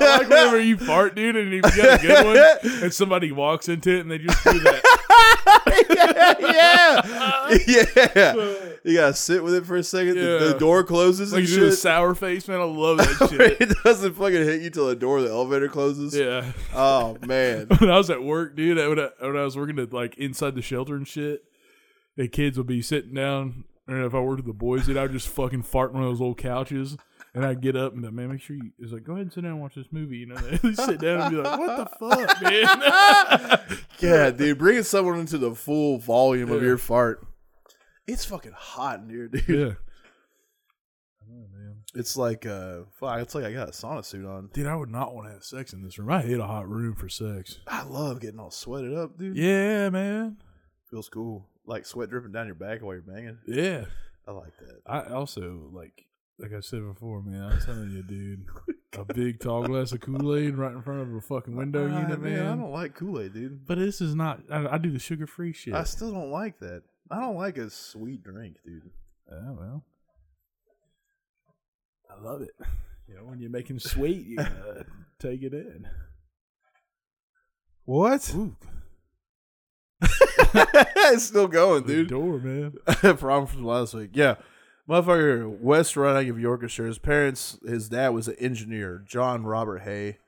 like whenever you fart, dude, and you got a good one, and somebody walks into it and they just do that.
yeah, yeah. You gotta sit with it for a second. The, the
Yeah.
door closes
Like
and
you do the
shit.
sour face, man. I love that shit.
it doesn't fucking hit you till the door of the elevator closes.
Yeah.
Oh man.
When I was at work, dude, I- when I, when I was working at like inside the shelter and shit, the kids would be sitting down, and if I worked with the boys, dude, I would just fucking fart on one of those old couches, and I'd get up and be like, man, make sure you, it's like, go ahead and sit down and watch this movie, you know? They sit down and be like, what the fuck, man?
Yeah, dude, bringing someone into the full volume of
Yeah.
your fart. It's fucking hot in here, dude.
Yeah.
It's like uh, fuck. It's like I got a sauna suit on.
Dude, I would not want to have sex in this room. I hate a hot room for sex.
I love getting all sweated up, dude.
Yeah, man.
feels cool. Like sweat dripping down your back while you're banging.
Yeah.
I like that.
I also like like I said before, man, I'm telling you, dude.
Oh
A big tall glass of Kool-Aid right in front of a fucking window
Ah,
unit, man.
I don't like Kool Aid, dude.
but this is not I, I do the sugar free shit.
I still don't like that. I don't like a sweet drink, dude.
oh well. I love it. You know, when you make him sweet, you gotta take it in.
What?
Ooh,
it's still going,
the
dude.
door, man.
Problem from last week. Yeah. Motherfucker, West Running of Yorkshire. His parents, his dad was an engineer, John Robert Hay.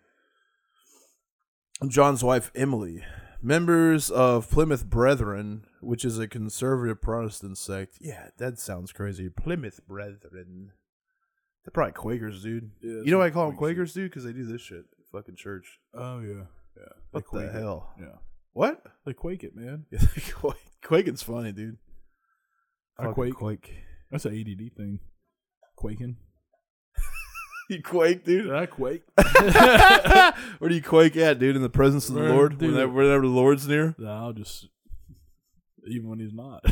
John's wife, Emily. Members of Plymouth Brethren, which is a conservative Protestant sect. Yeah, that sounds crazy. Plymouth Brethren. They're probably Quakers, dude.
Yeah,
you know why I
that's
call them
Quaker
Quakers, dude? Because they do this shit. Fucking church.
Oh yeah, yeah.
What the
quake it.
hell?
Yeah,
What?
they quake it, man.
Yeah, Quake, Quaking's funny, dude.
I
Fucking
quake.
Quake.
That's an ADD thing. Quaking.
You quake, dude.
I quake?
Where do you quake at, dude? In the presence of the
Where-
Lord,
dude.
whenever, whenever the Lord's near.
I'll just even when he's not.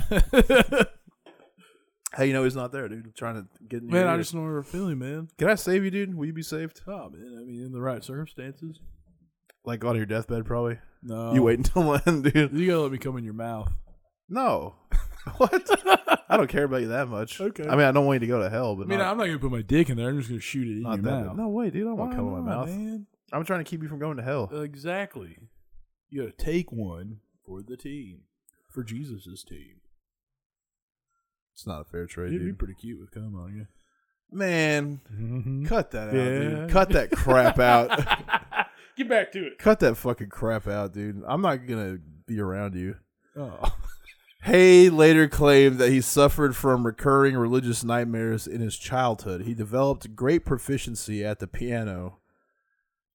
How you know he's not there, dude? Trying to get in your
man, I
ear.
just know where we're feeling, man.
can I save you, dude? Will you be saved?
Oh man, I mean, in the right circumstances.
Like on your deathbed, probably.
No,
you wait until then, dude.
You gotta let me come in your mouth.
No, what? I don't care about you that much.
Okay.
I mean, I don't want you to go to hell, but
I mean,
not,
I'm not gonna put my dick in there. I'm just gonna shoot it in
not
your
that.
mouth.
No way, dude. I don't want
Why
to come in my
not,
mouth.
man?
I'm trying to keep you from going to hell.
Exactly. You gotta take one for the team, for Jesus's team.
It's not a fair trade,
You'd be pretty cute with cum on you.
Man, cut that out,
Yeah.
dude. Cut that crap out.
Get back to it.
Cut that fucking crap out, dude. I'm not gonna be around you.
Oh.
Hay later claimed that he suffered from recurring religious nightmares in his childhood. He developed great proficiency at the piano.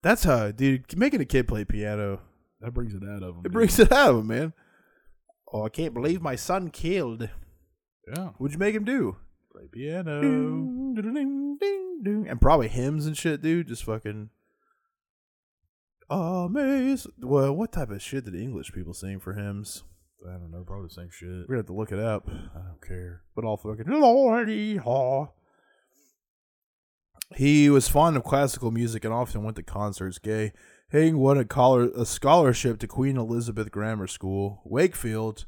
That's how, dude, making a kid play piano,
That brings it out of him.
it brings it out of him, man. Oh, I can't believe my son killed.
Yeah.
What'd you make him do?
Play piano.
Ding, ding, ding, ding. And probably hymns and shit, dude. Just fucking. Amazing. Well, what type of shit did English people sing for hymns?
I don't know. Probably the same shit.
We're gonna have to look it up.
I don't care.
But all fucking lordy haw. He was fond of classical music and often went to concerts. Gay, Hayden won a, collar, a scholarship to Queen Elizabeth Grammar School, Wakefield,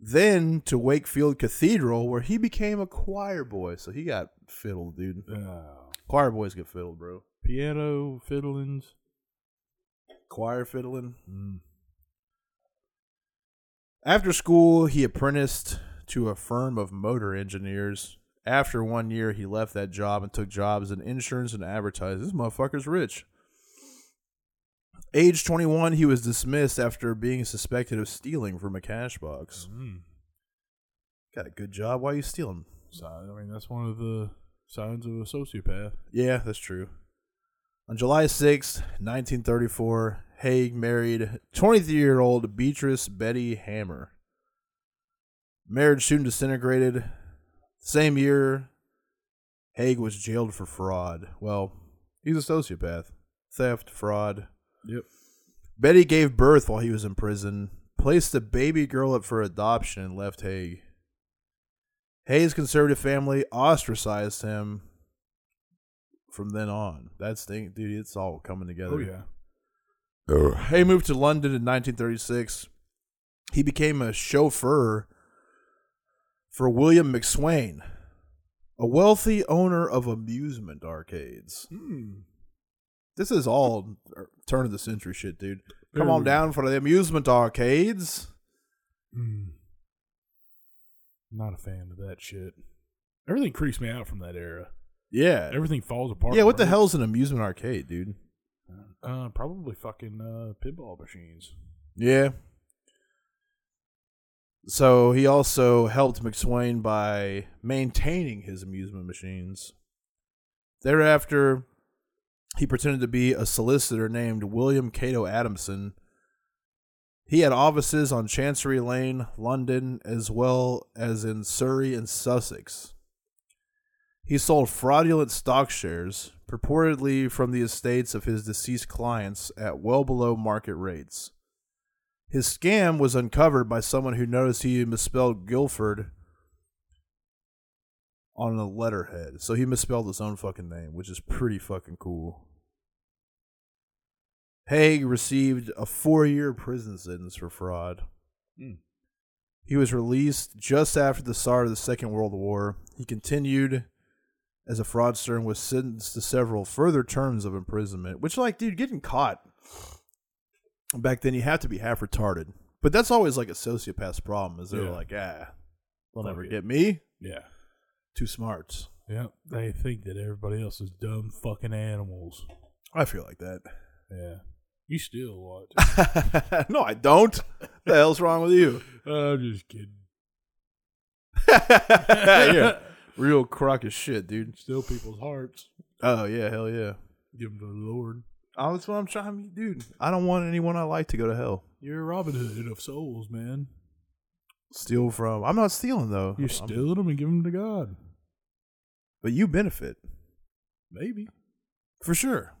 then to Wakefield Cathedral, where he became a choir boy. So he got fiddled, dude.
Oh.
Choir boys get fiddled, bro.
Piano, fiddlings.
Choir fiddling.
Mm.
After school, he apprenticed to a firm of motor engineers. After one year, he left that job and took jobs in insurance and advertising. This motherfucker's rich. Age 21, he was dismissed after being suspected of stealing from a cash box.
Mm.
Got a good job. Why are you stealing?
So, I mean, that's one of the signs of a sociopath.
Yeah, that's true. On July 6th, 1934, Haig married 23 year old Beatrice Betty Hammer. Marriage soon disintegrated. Same year, Haig was jailed for fraud. Well, he's a sociopath. Theft, fraud.
Yep.
Betty gave birth while he was in prison, placed the baby girl up for adoption, and left Haig. Hay's conservative family ostracized him from then on. That's thing, dude. It's all coming together.
Oh, yeah.
Hay moved to London in 1936. He became a chauffeur for William McSwain, a wealthy owner of amusement arcades.
Mm.
This is all er, turn of the century shit, dude. Come on
Ooh.
down for the amusement arcades.
Mm. Not a fan of that shit. Everything creeps me out from that era.
Yeah.
Everything falls apart.
Yeah, what the
bro.
hell's an amusement arcade, dude?
Uh, probably fucking uh, pinball machines.
Yeah. So he also helped McSwain by maintaining his amusement machines. Thereafter, he pretended to be a solicitor named William Cato Adamson He had offices on Chancery Lane, London, as well as in Surrey and Sussex. He sold fraudulent stock shares, purportedly from the estates of his deceased clients, at well below market rates. His scam was uncovered by someone who noticed he misspelled Guilford on a letterhead. So he misspelled his own fucking name, which is pretty fucking cool. Haig received a four year prison sentence for fraud.
Hmm.
He was released just after the start of the Second World War. He continued as a fraudster and was sentenced to several further terms of imprisonment, which, like, dude, getting caught back then, you have to be half retarded. But that's always like a sociopath's problem, is they're
Yeah.
like, ah, they'll
Fuck
never
it."
get me.
Yeah.
Too smart.
Yeah. They think that everybody else is dumb fucking animals.
I feel like that.
Yeah. You steal a lot.
no, I don't. the hell's wrong with you?
I'm just kidding.
yeah, real crock of shit, dude.
Steal people's hearts.
Oh yeah, hell yeah.
Give them to the Lord.
Oh, that's what I'm trying, dude. I don't want anyone I like to go to hell.
You're a Robin Hood of souls, man.
Steal from. I'm not stealing though.
You're
I'm-
stealing them and giving them to God.
but you benefit
Maybe.
for sure.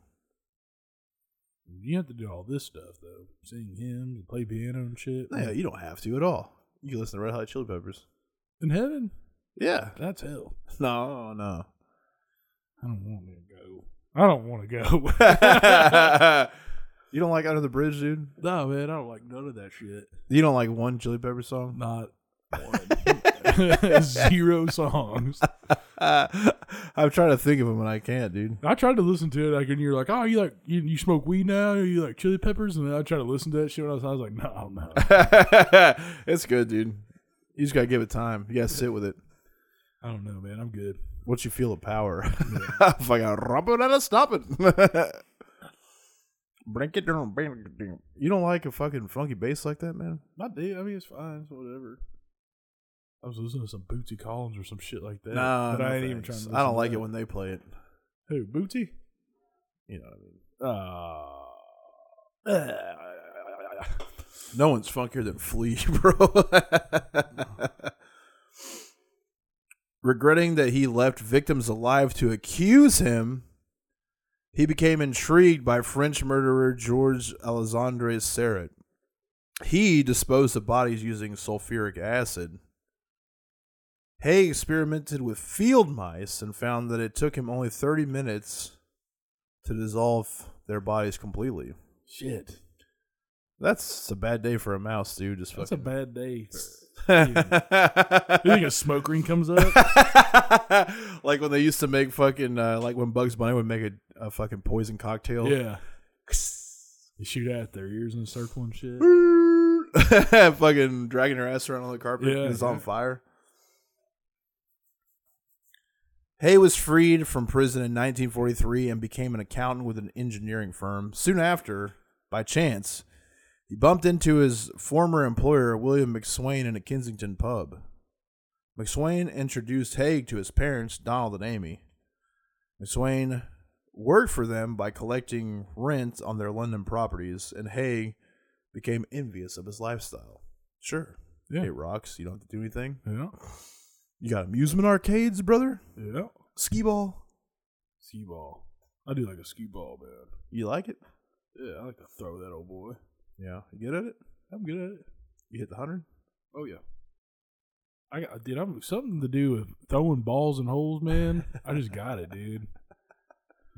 You have to do all this stuff, though. Sing hymns, play piano and shit.
Yeah, you don't have to at all. You can listen to Red Hot Chili Peppers.
In heaven,
Yeah.
that's hell.
No, no.
I don't want to go. I don't want to go.
you don't like Under the Bridge, dude.
no, man, I don't like none of that shit.
You don't like one Chili Pepper song.
Not one. Zero songs.
I'm trying to think of them and I can't, dude.
I tried to listen to it, like, and you're like, oh, you like, you, you smoke weed now? You like chili peppers? And then I tried to listen to that shit when I was, I was like, no, I don't know.
it's good, dude. You just gotta give it time. You gotta sit with it.
I don't know, man. I'm good.
Once you feel the power, if I gotta rump it, I stop it. Brink it down, brink it down. You don't like a fucking funky bass like that, man?
I did. I mean, it's fine. It's whatever. I was listening to some Bootsy Collins or some shit like that. but I ain't even trying to.
I don't
listen
like
to
it when they play it.
that. Who Bootsy?
You know what I mean?
Uh,
No one's funkier than Flea, bro. Regretting that he left victims alive to accuse him, he became intrigued by French murderer Georges Alexandre Serret. He disposed of bodies using sulfuric acid. Hay experimented with field mice and found that it took him only 30 minutes to dissolve their bodies completely.
shit.
That's a bad day for a mouse, dude. Just
That's a
fucking.
bad day. For, you
bad.
think a smoke ring comes up?
like when they used to make fucking, uh, like when Bugs Bunny would make a, a fucking poison cocktail.
yeah. They shoot out their ears in a circle and shit.
fucking dragging her ass around on the carpet.
Yeah.
and it's on fire. Hay was freed from prison in 1943 and became an accountant with an engineering firm. Soon after, by chance, he bumped into his former employer, William McSwain, in a Kensington pub. McSwain introduced Haig to his parents, Donald and Amy. McSwain worked for them by collecting rent on their London properties, and Haig became envious of his lifestyle. Sure.
Yeah.
It rocks. You don't have to do anything.
Yeah.
You got amusement arcades, brother?
Yeah.
Skee ball?
Ski ball. I do like a ski ball, man.
You like it?
Yeah, I like to throw that old boy.
Yeah. You good at it?
I'm good at it.
You hit the 100?
Oh yeah. I got dude, I'm something to do with throwing balls in holes, man. I just got it, dude.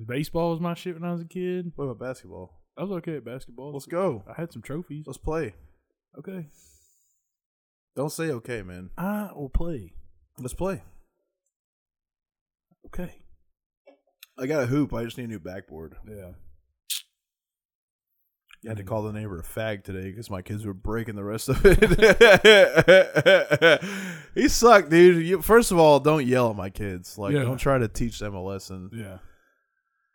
Baseball was my shit when I was a kid.
What about basketball?
I was okay at basketball.
Let's go.
I had some trophies.
Let's play.
Okay.
Don't say okay, man.
I will play.
Let's play.
Okay.
I got a hoop. I just need a new backboard.
Yeah.
I had to call the neighbor a fag today because my kids were breaking the rest of it. he sucked, dude. You, first of all, don't yell at my kids. Like,
Yeah.
don't try to teach them a lesson.
Yeah.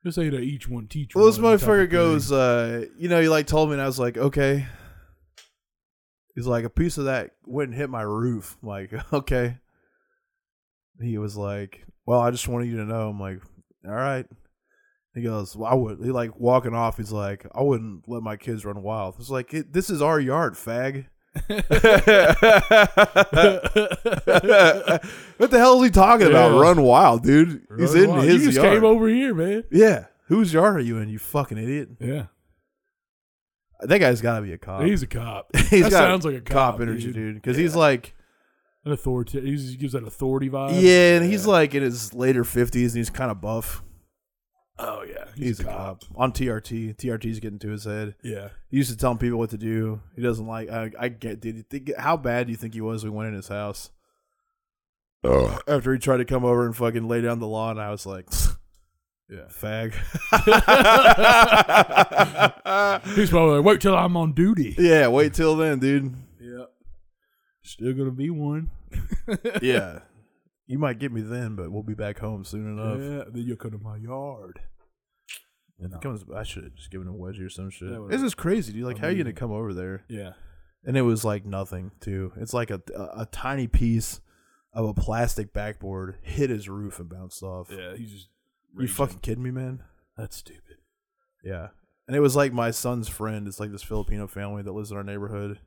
Just say to each one teach
Well, this
one type of
motherfucker
thing.
goes, uh, you know, he like told me, and I was like, okay. He's like, a piece of that went and hit my roof. I'm like, okay. He was like, well, I just wanted you to know. I'm like, all right. He goes, well, I would. He like walking off. He's like, I wouldn't let my kids run wild. It's like it, this is our yard, fag. what the hell is he talking about?
Yeah.
Run wild, dude. he's
Really
in
wild.
his
You just
yard.
came over here, man.
Yeah, whose yard are you in? You fucking idiot.
Yeah,
That guy's got to be a cop.
he's a cop.
He's got
that sounds like a
cop,
cop,
energy,
dude.
dude. Because he's like,
An authority. he's- He gives that authority vibe.
yeah, and he's like in his later fifties, and he's kind of buff.
Oh yeah,
He's, a cop. on TRT. TRT's getting to his head.
Yeah.
He used to tell people what to do. He doesn't like. I, I get. Did you think how bad do you think he was? when We went in his house after he tried to come over and fucking lay down the law, and I was like,
Yeah.
fag.
He's probably like, wait till I'm on duty.
yeah, wait till then, dude.
Yeah. Still gonna be one.
Yeah, you might get me then, but we'll be back home soon enough.
Yeah. Then you'll come to my yard.
If it comes, I should have just given him a wedgie or some shit.
That would've
This is crazy, dude. Like, how are you gonna come over there?
Yeah.
And it was like nothing, too. It's like a a, a tiny piece of a plastic backboard hit his roof and bounced off.
Yeah. He's just.
you fucking kidding me, man?
That's stupid.
Yeah. And it was like my son's friend. It's like this Filipino family that lives in our neighborhood.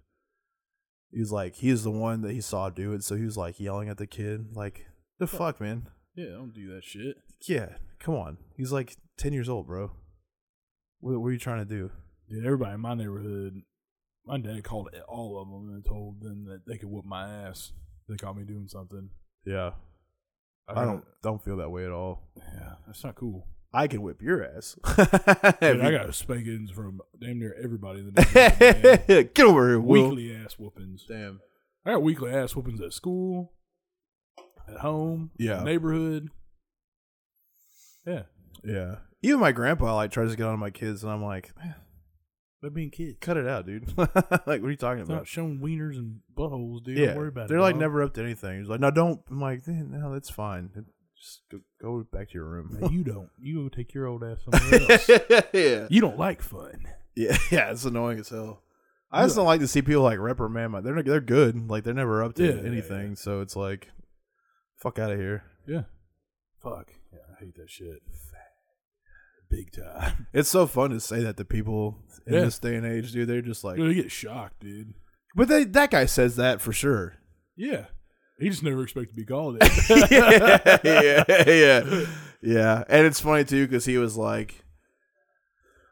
He was like, he's the one that he saw do it, so he was like yelling at the kid, like, "The fuck, man."
Yeah. Don't do that shit.
Yeah, come on. He's like ten years old, bro. What, what are you trying to do?
Dude, everybody in my neighborhood, my dad called all of them and told them that they could whoop my ass. if They caught me doing something.
Yeah, I don't don't feel that way at all.
Yeah. That's not cool.
I can whip your ass.
Dude, I got spankings from damn near everybody in the neighborhood. man.
Get over here, Will.
weekly ass whoopings.
Damn.
I got weekly ass whoopings at school, at home,
Yeah.
neighborhood. Yeah,
Yeah. Even my grandpa like tries to get on my kids, and I'm like, "Man,
they're being kids.
cut it out, dude. like, what are you talking
It's
about?
not showing wieners and buttholes, dude.
yeah,
Don't worry about it.
they're like
dog.
never up to anything. He's like, no, don't. I'm like, "Eh, no, that's fine. Just go, go back to your
Now,
room.
you don't. You go take your old ass somewhere else.
yeah.
you don't like fun.
Yeah, yeah, it's annoying as hell. I just don't like to see people like reprimand. My, they're they're good. Like they're never up to
Yeah, yeah,
anything. So it's like, fuck out of here.
Yeah. Fuck. Yeah, I hate that shit. Big time.
It's so fun to say that to people in
Yeah.
this day and age, dude. They're just like,
Dude, you get shocked, dude.
but they, that guy says that for sure.
Yeah. He just never expected to be called it.
yeah, yeah, yeah, yeah. And it's funny too because he was like,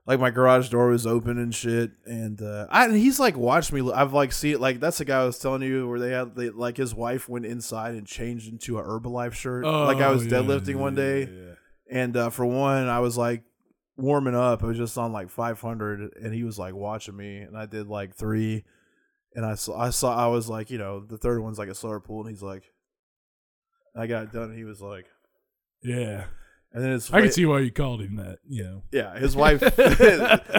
like my garage door was open and shit, and uh, I and he's like watched me. I've like see it like that's the guy I was telling you where they had they, like his wife went inside and changed into a Herbalife shirt. like I
Oh,
was
yeah,
deadlifting
yeah,
one day,
yeah, yeah.
and uh, for one, I was like warming up. I was just on like 500, and he was like watching me, and I did like three, and I saw I saw I was like you know the third one's like a slower pull, and he's like, I got it done. And he was like,
Yeah.
and then it's
I can see why you called him that, you know.
yeah, his wife.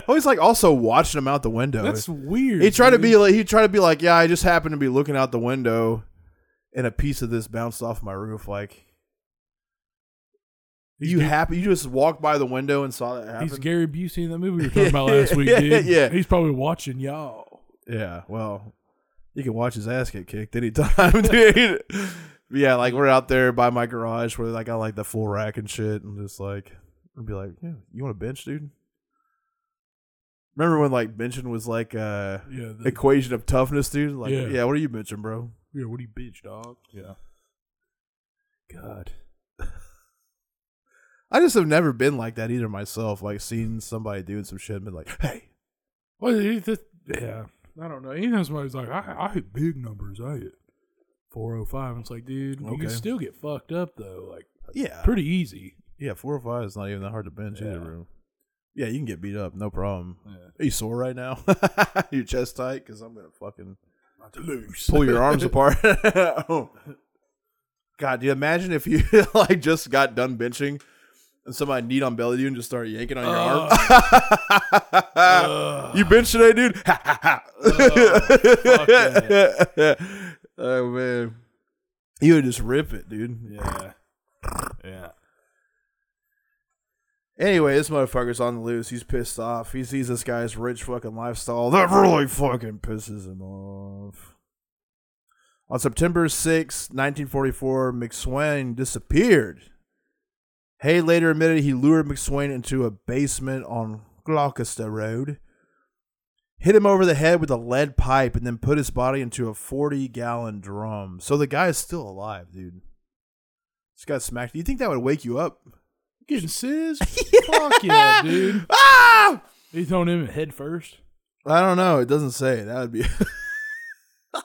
always like also watching him out the window.
That's weird.
he tried to
dude.
be like he tried to be like yeah, I just happened to be looking out the window, and a piece of this bounced off my roof like. You happy? You just walked by the window and saw that happen.
He's Gary Busey in that movie we were talking about last week, dude.
Yeah.
He's probably watching y'all.
Yeah, well, you can watch his ass get kicked anytime, dude. yeah, like we're out there by my garage where I got like the full rack and shit, and just like I'd be like, yeah, you want a bench, dude? Remember when like benching was like uh
Yeah. the-
equation of toughness, dude? Like, yeah,
Yeah.
what are you benching, bro?
yeah, what do you bitch, dog? Yeah. God.
I just have never been like that either myself. Like seeing somebody doing some shit and been like, hey,
Well, he- this, yeah. I don't know. He knows why he's like, I, I hit big numbers. I hit 405. And it's like, dude, you
Okay.
can still get fucked up, though. Like,
yeah,
pretty easy.
yeah, four or five is not even that hard to bench
Yeah.
either, bro. Yeah, you can get beat up, no problem.
Yeah.
Are you sore right now? your chest tight? Because I'm gonna fucking
Not to lose.
pull your arms apart. Oh. God, do you imagine if you like just got done benching and somebody kneed on belly you and just started yanking on your
Oh,
arm? you bench today, dude? oh man, you would just rip it, dude.
Yeah. Yeah.
Anyway, this motherfucker's on the loose. He's pissed off. He sees this guy's rich fucking lifestyle. That really fucking pisses him off. On September 6, 1944, McSwain disappeared. Hay later admitted he lured McSwain into a basement on Gloucester Road, hit him over the head with a lead pipe, and then put his body into a 40 gallon drum. So the guy is still alive, dude. Just got smacked. Do you think that would wake you up?
Getting sizz? Fuck yeah, dude.
Ah!
He thrown him head first.
I don't know. It doesn't say. That would be.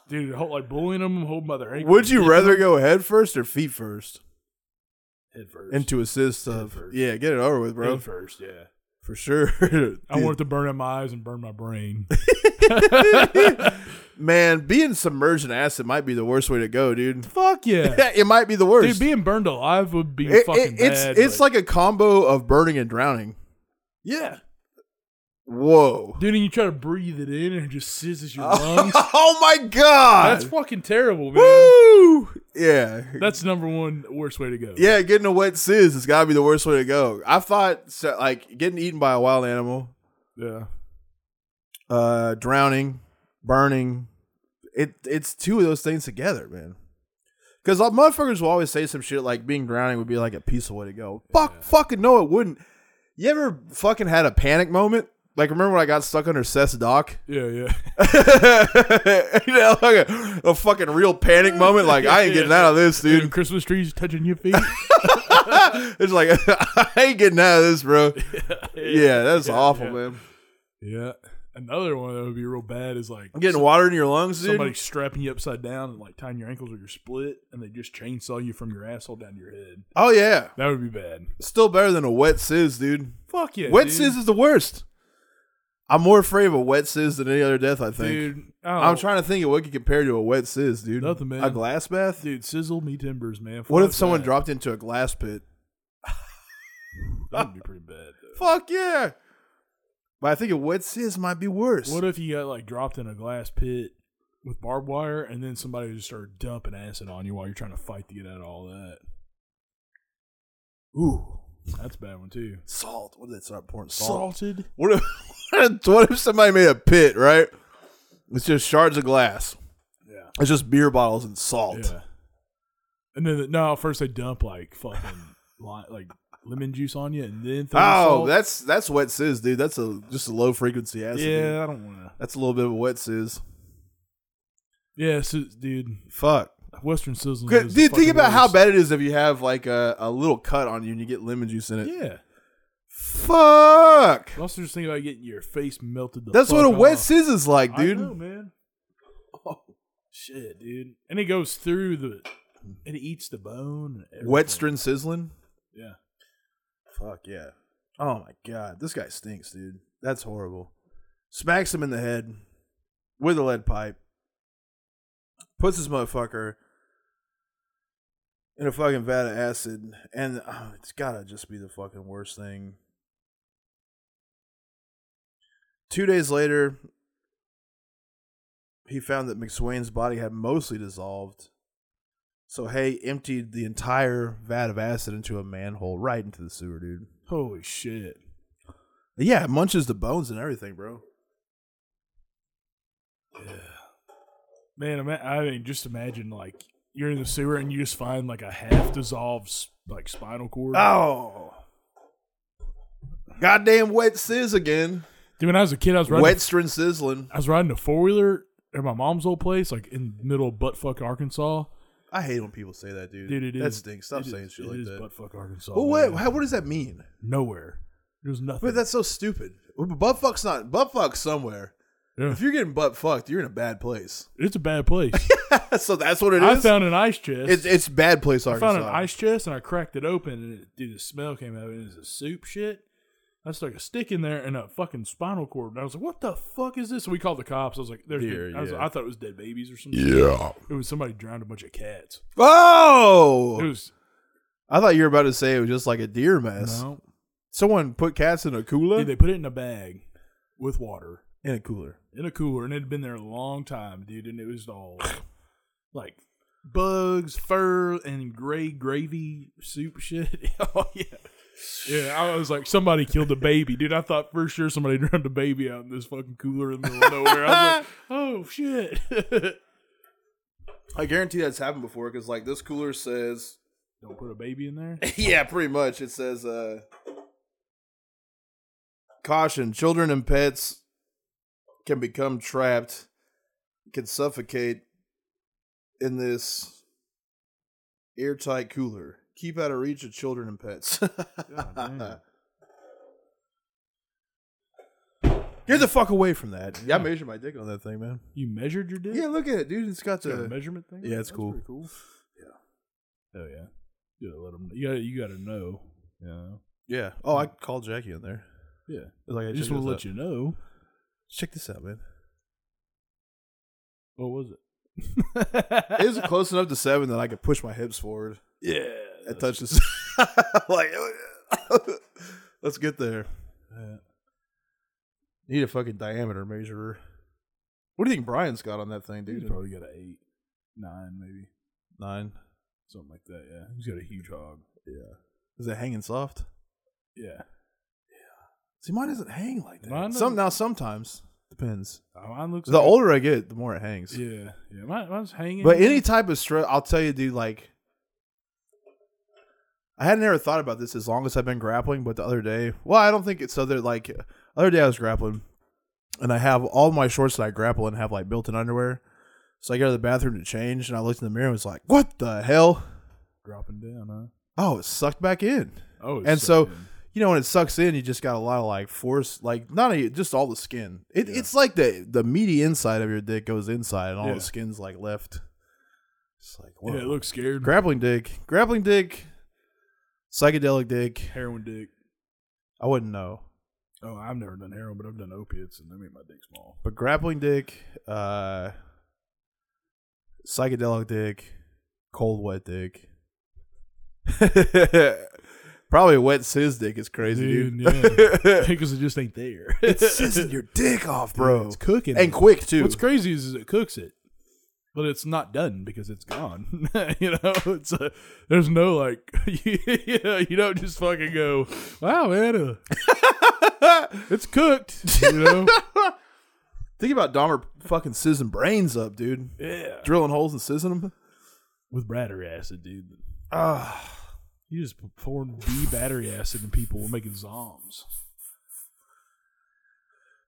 Dude, ho- like bullying him, hold mother. ankle.
would you rather go head first or feet first?
head first?
Into assist
Head
of.
first.
Yeah, get it over with, bro.
Head first, yeah.
For sure.
I
Dude.
want it to burn out my eyes and burn my brain.
Man, being submerged in acid might be the worst way to go, dude.
Fuck yeah.
it might be the worst.
Dude, being burned alive would be
It- it-
fucking
it's
bad.
it's
but-
like a combo of burning and drowning.
yeah.
Whoa.
Dude, and you try to breathe it in and it just sizzes your lungs.
oh my god.
That's fucking terrible, man.
Woo! Yeah.
That's number one worst way to go.
yeah, getting a wet sizz has got to be the worst way to go. I thought so- like getting eaten by a wild animal,
Yeah.
uh drowning, burning. It it's two of those things together, man. Cuz motherfuckers will always say some shit like being drowning would be like a peaceful way to go. Fuck fucking no it wouldn't. You ever fucking had a panic moment? Like remember when I got stuck under Seth's dock?
Yeah, yeah.
you know, like a, a fucking real panic moment. Like I ain't getting out of this,
Dude,
dude.
Christmas trees touching your feet.
It's like I ain't getting out of this, bro. Yeah, that's awful,
yeah.
man.
Yeah. Another one that would be real bad is like
Getting water in your lungs, dude.
somebody strapping you upside down and like tying your ankles or your split and they just chainsaw you from your asshole down to your head.
Oh yeah,
That would be bad.
still better than a wet sizz, dude.
Fuck yeah.
wet
dude.
sizz is the worst. I'm more afraid of a wet sizz than any other death. I think.
Dude,
I'm trying to think of what could compare to a wet sizz, dude.
Nothing, man.
A glass bath.
Dude, sizzle me timbers, man.
what
Fuck
if someone
that.
dropped into a glass pit?
That would be pretty bad. Though.
Fuck yeah. But I think a wet sizz might be worse.
What if you got like dropped in a glass pit with barbed wire, and then somebody just started dumping acid on you while you're trying to fight to get out of all that?
Ooh.
That's a bad one too.
salt. What did they start pouring salt?
Salted.
What if, what if what if somebody made a pit, right? It's just shards of glass.
Yeah.
It's just beer bottles and salt.
Yeah. And then the, no, first they dump like fucking li- like lemon juice on you, and then throw the
Oh,
salt.
that's that's wet sizz, dude. That's a just a low frequency acid. dude.
yeah. I don't want to.
That's a little bit of a wet sizz.
Yeah, so, dude.
Fuck.
Western sizzling.
Good-
is the
Dude, think
fucking
about how
worst.
bad it is if you have like a, a little cut on you and you get lemon juice in it.
Yeah.
Fuck.
Also, just think about getting your face melted. The
That's what a
fuck
wet
off.
sizz is like,
I
dude.
know, man. Oh, shit, dude. And it goes through the, and it eats the bone. and
Wet
everything.
string sizzling.
Yeah.
Fuck yeah. Oh my god, this guy stinks, dude. That's horrible. Smacks him in the head with a lead pipe. Puts this motherfucker in a fucking vat of acid, and oh, it's gotta just be the fucking worst thing. Two days later, he found that McSwain's body had mostly dissolved. So Hay emptied the entire vat of acid into a manhole right into the sewer, dude.
Holy shit.
Yeah, it munches the bones and everything, bro.
Man, ima- I mean, just imagine like you're in the sewer and you just find like a half dissolved s- like spinal cord.
Oh. Goddamn wet sizz again.
Dude, when I was a kid, I was riding.
Wet string sizzling.
I was riding a four wheeler at my mom's old place, like in the middle of buttfuck Arkansas.
I hate when people say that, dude.
Dude, it is
That stinks. Stop
it is-
saying shit
it
like
is
that.
Buttfuck Arkansas.
Well, what,
man.
how, what does that mean?
Nowhere. There's nothing.
But that's so stupid. Butt fuck's not butt fuck's somewhere.
Yeah.
If you're getting butt fucked, you're in a bad place.
it's a bad place.
so that's what it
I
is.
found an ice chest.
it's it's bad place
I
Arkansas.
found an ice chest and I cracked it open and it, dude, the smell came out of it. It was a soup shit. I stuck a stick in there and a fucking spinal cord. And I was like, what the fuck is this? And we called the cops. I was like, there's
Here,
dead- I, was
yeah.
like, I thought it was dead babies or something.
Yeah.
It was somebody drowned a bunch of cats. It
Oh,
was,
I thought you were about to say it was just like a deer mess.
no.
Someone put cats in a cooler.
Dude, they put it in a bag with water
in a cooler.
in a cooler and it had been there a long time, dude. And it was all like bugs, fur, and gray gravy soup shit. oh yeah. Yeah, I was like, somebody killed a baby, dude. I thought for sure somebody drowned a baby out in this fucking cooler in the middle of nowhere. I was like, oh shit.
I guarantee that's happened before because like this cooler says
Don't put a baby in there.
yeah, pretty much. It says, uh, caution: children and pets can become trapped, can suffocate in this airtight cooler. Keep out of reach of children and pets.
God damn.
Get the fuck away from that. Yeah, I measured my dick on that thing, man.
You measured your dick?
Yeah, look at it, dude. It's got
It's got a
the.
measurement thing.
yeah, it's
That's
cool.
pretty cool. Yeah. Oh yeah. You gotta let 'em- You gotta, you gotta know. Yeah.
Yeah. Oh, I called Jackie in there.
Yeah.
It was Like,
I
I
just want to let you know.
check this out, man.
What was it?
It was close enough to seven that I could push my hips forward.
yeah.
I
that's-
touched this. like, let's get there.
yeah.
Need a fucking diameter measurer. What do you think Brian's got on that thing,
Dude,
dude?
he's probably got an eight, nine, maybe
nine.
something like that. Yeah. He's got a huge hog.
Yeah. Is it hanging soft?
Yeah.
See, mine doesn't hang like that.
Mine
Some
doesn't-
now sometimes depends.
Uh, Mine looks.
The
like-
older I get, the more it hangs.
Yeah. Yeah. Mine, mine's hanging.
But any type of stress, I'll tell you, dude. Like, I had never thought about this as long as I've been grappling. But the other day, well, I don't think it's other. Like, other day I was grappling, and I have all my shorts that I grapple and have like built-in underwear. So I go to the bathroom to change, and I looked in the mirror and was like, "What the hell?
dropping down, huh?
Oh, it sucked back in."
Oh.
And so-
something.
You know, when it sucks in, you just got a lot of like force, like not a, just all the skin. It,
Yeah.
It's like the the meaty inside of your dick goes inside, and all
Yeah.
the skin's like left. It's like,
Yeah,
whoa.
it looks scared.
grappling dick, grappling dick, psychedelic dick.
heroin dick.
I wouldn't know,
Oh, I've never done heroin, but I've done opiates, and they make my dick small.
but grappling dick, uh, psychedelic dick, cold wet dick. Probably a wet cis dick is crazy, dude.
Dude, Because it just ain't there.
it's sissing your dick off, bro,
It's cooking.
and
it.
quick too.
What's crazy is, is it cooks it, but it's not done because it's gone. you know, it's uh there's no like you, you know you don't just fucking go, wow man, uh, it's cooked. You know,
Think about Dahmer fucking sizzing brains up, dude.
yeah,
Drilling holes and sizzing them.
with battery acid, dude.
Ah,
You just pouring B battery acid in people and making zombs.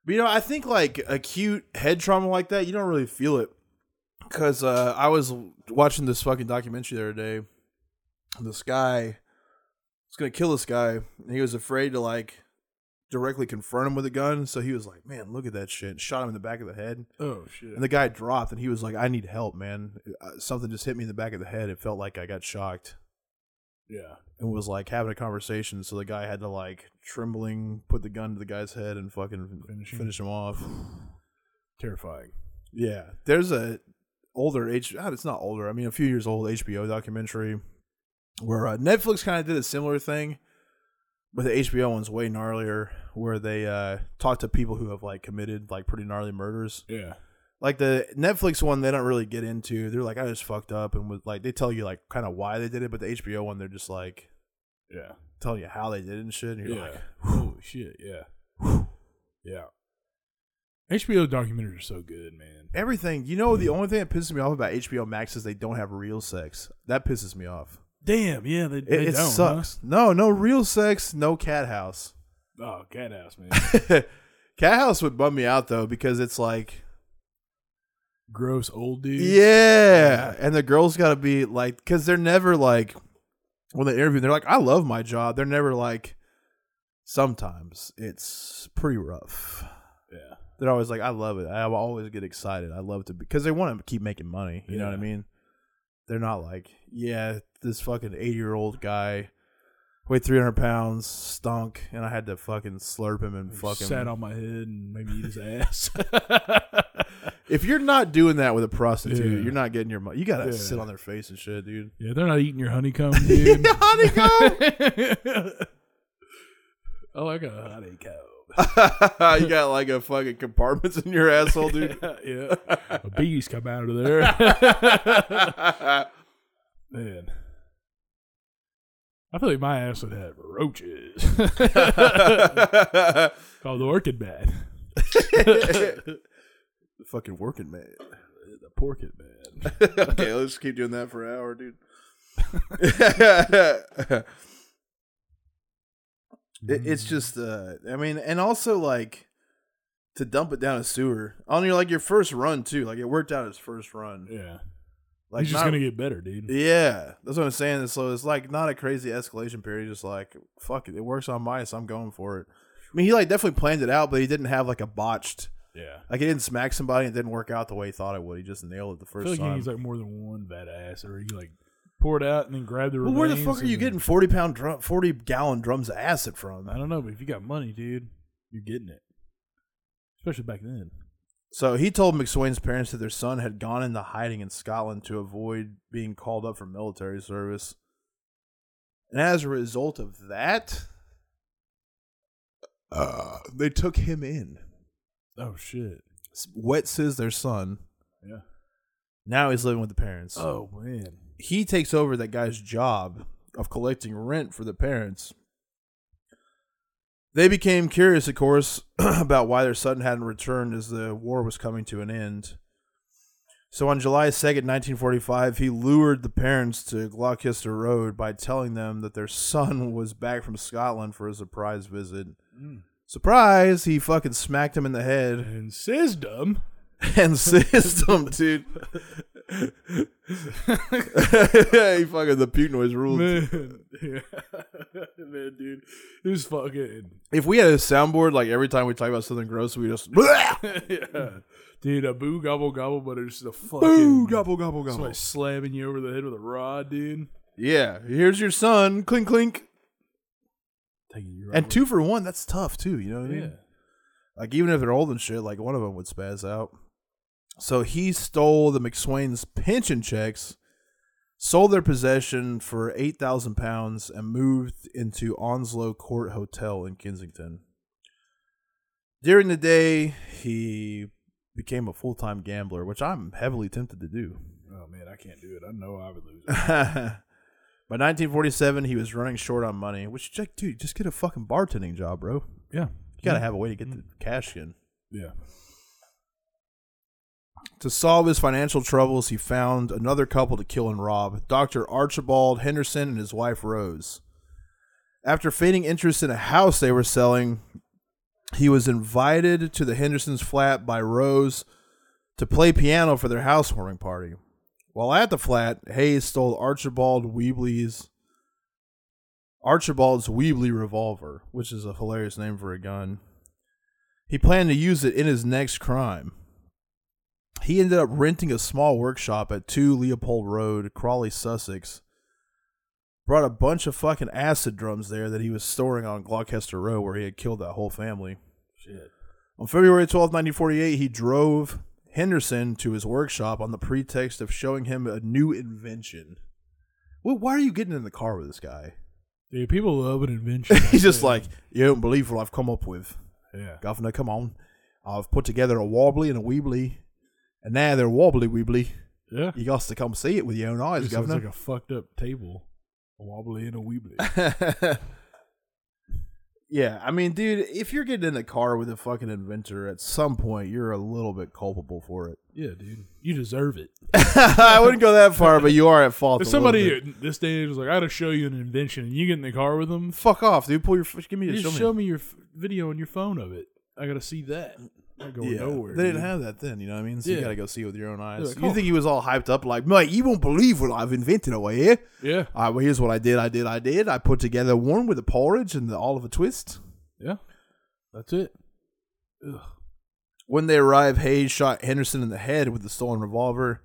But you know, I think like acute head trauma like that, you don't really feel it. Cause uh, I was watching this fucking documentary the other day. This guy was gonna kill this guy, and he was afraid to like directly confront him with a gun. So he was like, "Man, look at that shit!" and Shot him in the back of the head,
Oh shit.
and the guy dropped. And he was like, "I need help, man. Uh, Something just hit me in the back of the head. It felt like I got shocked."
yeah.
and was like having a conversation. So the guy had to like trembling put the gun to the guy's head and fucking
Finish
finish
him.
him, off.
Terrifying.
Yeah, there's a older H. ah, It's not older. I mean, a few years old HBO documentary where uh, Netflix kind of did a similar thing, but the HBO one's way gnarlier. Where they uh, talk to people who have like committed like pretty gnarly murders.
Yeah.
Like the Netflix one, they don't really get into. They're like, I just fucked up, and with, like they tell you like kind of why they did it. But the HBO one, they're just like
Yeah.
telling you how they did it and shit. And you're
yeah.
like,
oh shit. Yeah. yeah. HBO documentaries are so good, man.
Everything. You know, the only thing that pisses me off about HBO Max is they don't have real sex. That pisses me off.
Damn, yeah, they,
It,
they
it
don't,
sucks. No, no real sex, no cat house.
Huh? Oh, cat ass, man.
cat house would bum me out though because it's like,
Gross old dude.
yeah, and the girls got to be like, because they're never like, when they interview, they're like, I love my job. They're never like, sometimes it's pretty rough.
Yeah.
They're always like, I love it. I always get excited. I love to because they want to keep making money. You know what I
Yeah.
mean? They're not like, yeah, this fucking eighty year old guy weighed three hundred pounds, stunk, and I had to fucking slurp him and
He
fucking.
sat on my head and maybe eat his ass.
if you're not doing that with a prostitute,
Yeah.
you're not getting your money. You gotta
Yeah.
sit on their face and shit, dude.
yeah, they're not eating your honeycomb, dude.
Honeycomb.
Oh, I like a honeycomb.
you got like a fucking compartments in your asshole, dude.
yeah. A bees come out of there. Man. I feel like my ass would have roaches. Called the orchid man.
fucking working man.
The porkid man.
okay, let's keep doing that for an hour, dude. it, it's just uh i mean and also like to dump it down a sewer on your like your first run too like it worked out his first run
yeah.
like
He's just
not-
gonna get better, dude.
yeah that's what i'm saying so it's like not a crazy escalation period just like fuck it it works on mice i'm going for it i mean he like definitely planned it out but he didn't have like a botched
Yeah.
like he didn't smack somebody and it didn't work out the way he thought it would he just nailed it the
I
first
feel like he
time
needs like more than one vat of ass, or he like poured out and then grabbed the.
well, where the
remains
fuck are you
and-
getting 40 pound drum 40 gallon drums of acid from
I don't know, but if you got money, dude, you're getting it. Especially back then.
So he told McSwain's parents that their son had gone into hiding in Scotland to avoid being called up for military service. And as a result of that, uh, they took him in.
Oh shit.
Wets is their son.
Yeah.
Now he's living with the parents.
Oh man.
He takes over that guy's job of collecting rent for the parents. They became curious, of course, about why their son hadn't returned as the war was coming to an end. So on July 2nd, 1945, he lured the parents to Gloucester Road by telling them that their son was back from Scotland for a surprise visit. Surprise! He fucking smacked him in the head
And Sisdom.
and system, dude. he fucking the Putin noise ruled.
Man. Yeah. man, dude. It was fucking
If we had a soundboard, like every time we talk about something gross, we just
yeah. Dude, a boo gobble gobble, but it's the fucking
boo gobble gobble gobble.
somebody slamming you over the head with a rod, dude.
Yeah, here's your son, clink clink,
Taking you
and two for one. That's tough too. You know what I mean?
Yeah.
Like even if they're old and shit, like one of them would spaz out. So he stole the McSwain's pension checks, sold their possession for eight thousand pounds, and moved into Onslow Court Hotel in Kensington. During the day, he became a full time gambler, which I'm heavily tempted to do.
Oh man, I can't do it. I know I would lose.
By 1947, he was running short on money, which, like, dude, just get a fucking bartending job, bro. You
yeah.
gotta
Mm.
have a way to get the cash in.
Yeah.
To solve his financial troubles, he found another couple to kill and rob Dr. Archibald Henderson and his wife Rose. After feigning interest in a house they were selling, he was invited to the Henderson's flat by Rose to play piano for their housewarming party. While at the flat, Hayes stole Archibald Weebly's Archibald's Weebly revolver, which is a hilarious name for a gun. He planned to use it in his next crime. He ended up renting a small workshop at 2 Leopold Road, Crawley, Sussex. Brought a bunch of fucking acid drums there that he was storing on Gloucester Row where he had killed that whole family.
Shit.
On February 12, 1948, he drove Henderson to his workshop on the pretext of showing him a new invention. Well, why are you getting in the car with this guy?
Dude, people love an invention.
He's just like, you don't believe what I've come up with.
Yeah.
Governor, come on. I've put together a wobbly and a weebly, and now they're wobbly weebly.
Yeah.
You got to come see it with your own eyes,
It sounds like
Governor.
a fucked up table. A wobbly and a weebly.
yeah, I mean, dude, if you're getting in the car with a fucking inventor, at some point you're a little bit culpable for it.
yeah, dude. You deserve it.
I wouldn't go that far, but you are at fault.
If
a little
somebody
bit.
in this day and age was like, I gotta show you an invention and you get in the car with them,
fuck off, dude, pull your f- give me
you
your
just
me.
show me your f- video on your phone of it. I gotta see that. I'm not going
Yeah,
nowhere.
they didn't
dude.
have that then, you know what I mean? So you
Yeah.
gotta go see it with your own eyes.
like,
you
oh.
think he was all hyped up, like, mate, you won't believe what I've invented over here.
Yeah.
All right, well, here's what I did, I did, I did. I put together one with a porridge and the Oliver Twist.
Yeah. That's it. Ugh.
When they arrived, Hayes shot Henderson in the head with the stolen revolver,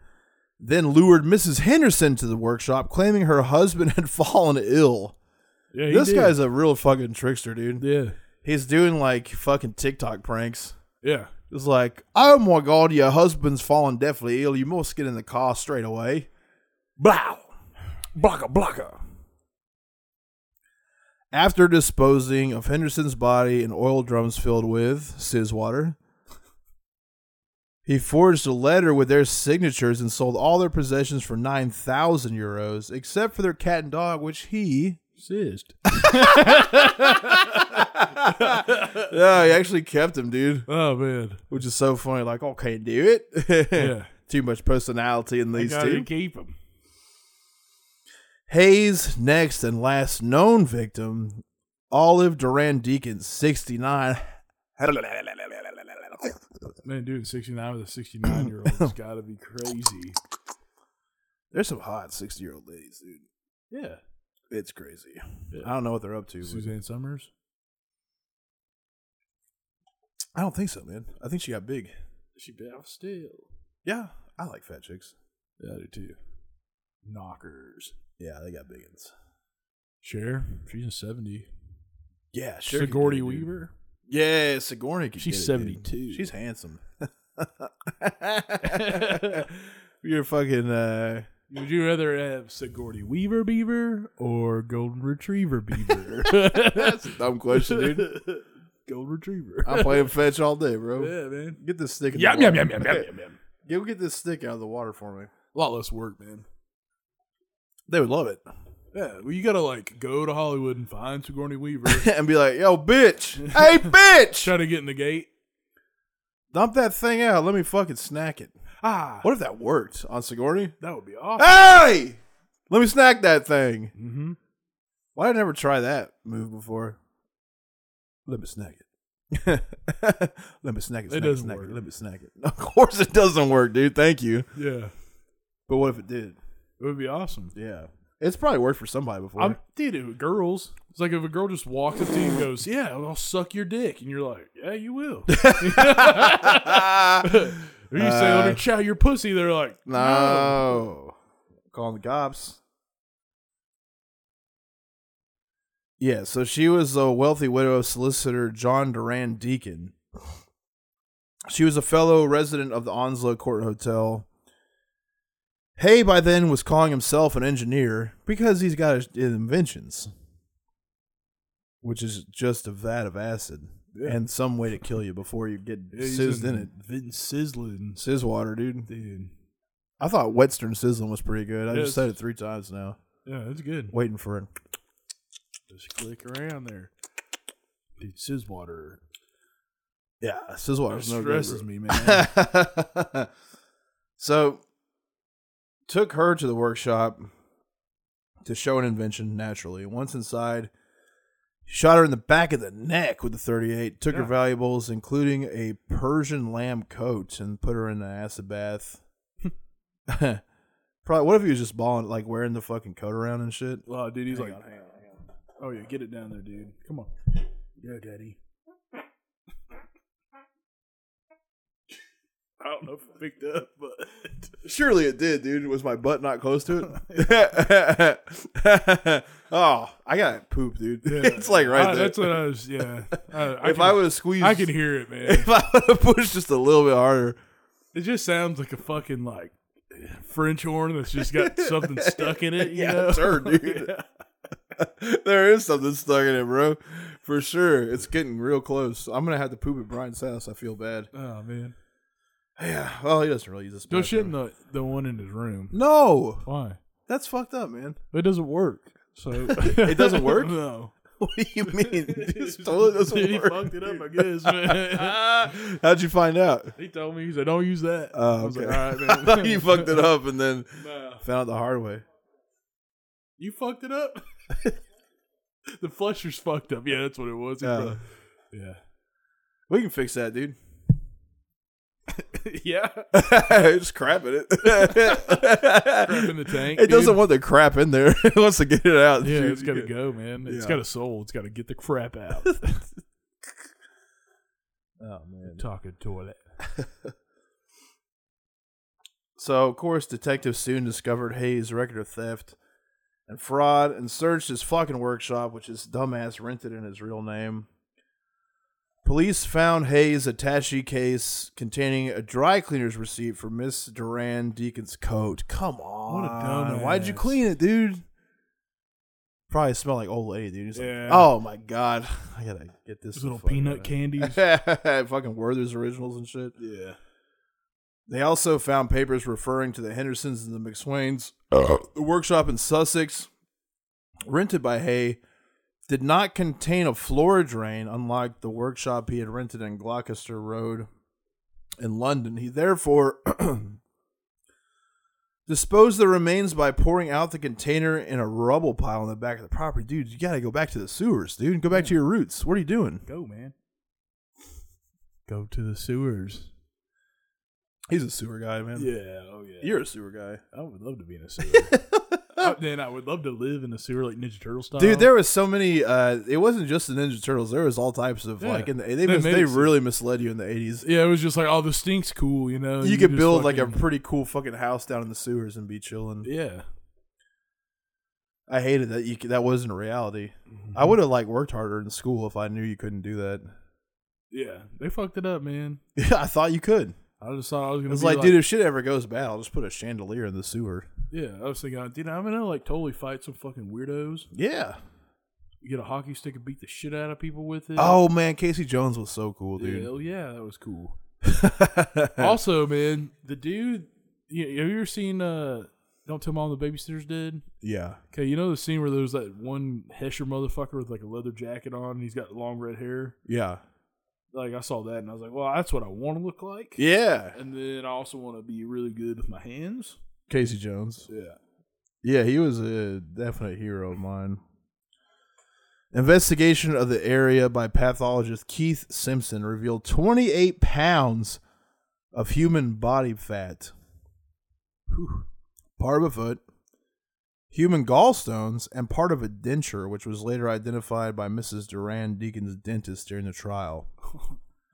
then lured Mrs. Henderson to the workshop, claiming her husband had fallen ill.
Yeah, he
This
did.
guy's a real fucking trickster, dude.
Yeah.
He's doing like fucking TikTok pranks.
Yeah.
It's like, oh my god, your husband's fallen deathly ill. You must get in the car straight away. Blow! Blocker, blocker. After disposing of Henderson's body in oil drums filled with sizz water, he forged a letter with their signatures and sold all their possessions for 9,000 euros, except for their cat and dog, which he.
Sist.
Yeah, he actually kept him, dude.
Oh man.
Which is so funny. Like, oh, can't do it.
Yeah.
Too much personality in these
I gotta
two.
keep him.
Hayes' next and last known victim, Olive Duran Deacon, 69.
Man, dude, 69 with a 69 year old has got to be crazy.
There's some hot 60 year old ladies, dude.
Yeah.
It's crazy.
Yeah.
I don't know what they're up to. but-
Suzanne Summers.
I don't think so, man. I think she got big.
She off still.
Yeah, I like fat chicks.
Yeah, I do too. Knockers.
Yeah, they got biggins.
Cher. She's in 70.
Yeah, sure. could
Sigourney
do it, dude.
Weaver.
Yeah, Sigourney could
She's
get it, dude.
72.
She's handsome. You're fucking uh
Would you rather have Sigourney Weaver beaver or Golden Retriever beaver?
That's a dumb question, dude.
Golden Retriever.
I'm playing fetch all day, bro.
yeah, man.
Get this stick in
Yum,
the
yum,
water.
yum, yum, yum, yum, yum.
Go get this stick out of the water for me.
A lot less work, man.
They would love it.
Yeah, well, you gotta like go to Hollywood and find Sigourney Weaver.
and be like, yo, bitch. hey bitch!
Try to get in the gate.
Dump that thing out. Let me fucking snack it.
Ah,
What if that worked on Sigourney?
that would be awesome.
Hey! Let me snack that thing.
Mm-hmm.
Why did I never try that move before? Let me snack it. Let me snack it. Snack it,
doesn't
snack
work.
it. Let me snack it. Of course it doesn't work, dude. Thank you.
Yeah,
But what if it did?
it would be awesome.
Yeah. It's probably worked for somebody before.
I'm dude, it, girls. It's like if a girl just walks up to you and goes, "Yeah, I'll suck your dick," and you're like, "Yeah, you will." Or you say, "Let
Uh,
me chow your pussy," they're like,
no. Calling the cops. Yeah, so she was a wealthy widow of solicitor John Duran Deacon. She was a fellow resident of the Onslow Court Hotel. Hay by then was calling himself an engineer because he's got his inventions, which is just a vat of acid
Yeah.
and some way to kill you before you get
"Yeah, he's
sizzed in it.
Vin sizzling,
Sizz water, dude.
dude.
I thought Western Sizzling was pretty good. I
Yeah,
just said it three times now.
Yeah, that's good.
Waiting for it.
Just click around there, dude. Sizz water
Yeah, Sizz water
that
is no good.
stresses
bro.
me, man.
so, took her to the workshop to show an invention. Naturally, once inside, shot her in the back of the neck with the thirty-eight. Took her
Yeah.
valuables, including a Persian lamb coat, and put her in an acid bath. Probably. What if he was just balling, like wearing the fucking coat around and shit?
oh, dude, he's like, "Oh yeah, get it down there, dude. Come on, yeah, daddy." I don't know if it picked up, but
Surely it did, dude. Was my butt not close to it? oh, I got poop, dude. It's like right
Uh,
there.
That's what I was. Yeah, Uh, I
if
can,
I would have squeezed,
I can hear it, man.
If I would have pushed just a little bit harder,
It just sounds like a fucking like French horn that's just got something stuck in it. You
yeah,
know?
it's her, dude. there is something stuck in it, bro. For sure, it's getting real close. I'm gonna have to poop at Brian's house. I feel bad.
Oh man,
Yeah. Well, he doesn't really use this.
go shit in
bathroom.
the the one in his room.
No,
Why?
that's fucked up, man.
It doesn't work. So
It doesn't work?
No,
What do you mean? This toilet doesn't
Dude, he
work,
fucked it up. I
dude.
guess, man.
How'd you find out?
he told me he said, "Don't use that."
Oh,
I was
okay.
like, "All right, man."
I thought you fucked it up and then
Nah.
found out the hard way.
You fucked it up. the flusher's fucked up. Yeah, that's what it was. He
Yeah.
probably- yeah.
We can fix that, dude.
yeah.
Just crap in it. crap
in the tank,
It doesn't
dude.
want the crap in there. it wants to get it out.
Yeah,
Dude,
it's got to
you-
go, man. It's
Yeah.
got a soul. It's got to get the crap out.
Oh man.
Talking toilet.
So of course, detectives soon discovered Hayes' record of theft and fraud, and searched his fucking workshop, which his dumbass rented in his real name. Police found Hayes' attache case containing a dry cleaner's receipt for Miss Duran Deacon's coat. Come on,
dumbass.
Why'd you clean it, dude? Probably smell like old lady, dude. He's like,
Yeah.
oh my god, I gotta get this
Those little
fucking-
peanut candies.
fucking Werther's originals and shit.
yeah.
They also found papers referring to the Hendersons and the McSwains. The workshop in Sussex, rented by Hay, did not contain a floor drain, unlike the workshop he had rented in Gloucester Road in London. He therefore Dispose the remains by pouring out the container in a rubble pile in the back of the property. Dude, you got to go back to the sewers, dude. Go back to your roots. What are you doing?
Go, man. Go to the sewers.
He's a sewer guy, man.
Yeah. Oh, yeah.
You're a sewer guy.
I would love to be in a sewer. Uh, Then I would love to live in a sewer like Ninja Turtle style.
Dude, there was so many. Uh, it wasn't just the Ninja Turtles. There was all types of
Yeah.
like. In the, they
They
mis-
made
they
it so-
really misled you in the eighties.
Yeah, it was just like, oh, the stink's cool, you know.
You could
just
build like a
fucking-
pretty cool fucking house down in the sewers and be chilling.
yeah.
I hated that. You c- that wasn't a reality.
Mm-hmm.
I would have like worked harder in school if I knew you couldn't do that.
Yeah, they fucked it up, man.
Yeah, I thought you could.
I just thought I was gonna
It's
be
like, dude, if shit ever goes bad, I'll just put a chandelier in the sewer.
yeah. I was thinking, dude, I'm gonna like totally fight some fucking weirdos.
Yeah.
Get a hockey stick and beat the shit out of people with it.
Oh man, Casey Jones was so cool,
yeah,
dude.
hell yeah, that was cool. also, man, the dude, you, have you ever seen? uh Don't tell mom the babysitter's dead.
yeah.
Okay, you know the scene where there's that one Hesher motherfucker with like a leather jacket on and he's got long red hair.
Yeah.
Like I saw that and I was like, well, that's what I want to look like.
Yeah.
And then I also want to be really good with my hands.
Casey Jones.
Yeah.
Yeah, he was a definite hero of mine. Investigation of the area by pathologist Keith Simpson revealed 28 pounds of human body fat,
Whew.
barbifoot, human gallstones, and part of a denture, which was later identified by Mrs. Duran Deacon's dentist during the trial.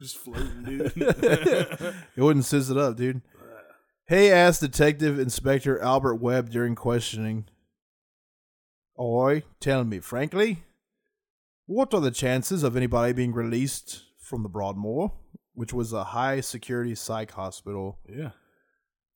Just floating, dude.
It wouldn't sizz it up, dude. Hey, asked Detective Inspector Albert Webb during questioning. Oi, tell me frankly, what are the chances of anybody being released from the Broadmoor, which was a high security psych hospital?
yeah.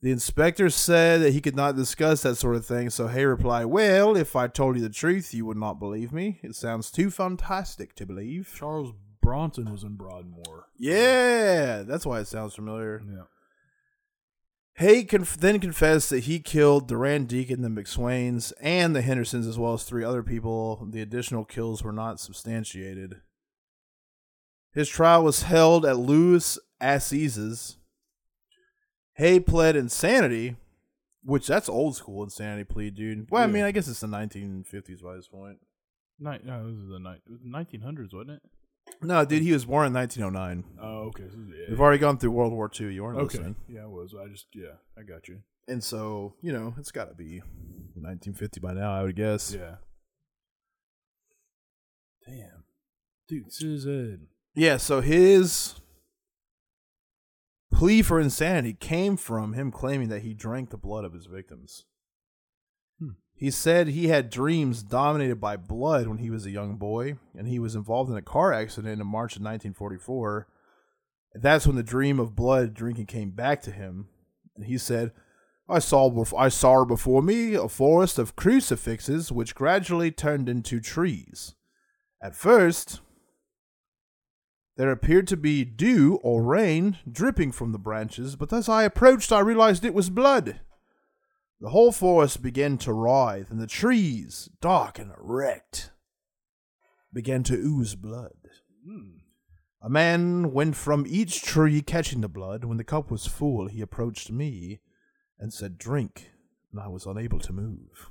The inspector said that he could not discuss that sort of thing, so Hay replied, Well, if I told you the truth, you would not believe me. It sounds too fantastic to believe.
Charles Bronson was in Broadmoor.
Yeah, that's why it sounds familiar.
Yeah.
Hay conf- then confessed that he killed Duran Deacon, the McSwains, and the Hendersons, as well as three other people. The additional kills were not substantiated. His trial was held at Louis Assizes. Hay pled insanity, which that's old school insanity plea, dude. Well, I
Yeah.
mean, I guess it's the 1950s by this point.
Night, no, this is the night. It was the 1900s, wasn't it?
No, dude, he was born in 1909.
Oh, okay. This is- yeah.
We've already gone through World War II. You weren't
okay.
listening.
Yeah, I was. I just, yeah, I got you.
And so, you know, it's got to be 1950 by now, I would guess.
Yeah. Damn. Dude, uh, Susan.
Yeah, so his plea for insanity came from him claiming that he drank the blood of his victims.
Hmm.
He said he had dreams dominated by blood when he was a young boy, and he was involved in a car accident in March of 1944. That's when the dream of blood drinking came back to him. And he said, I saw, bef- I saw before me a forest of crucifixes which gradually turned into trees. At first, there appeared to be dew or rain dripping from the branches, but as I approached, I realized it was blood. The whole forest began to writhe, and the trees, dark and erect, began to ooze blood. A man went from each tree catching the blood. When the cup was full, he approached me and said, Drink, and I was unable to move.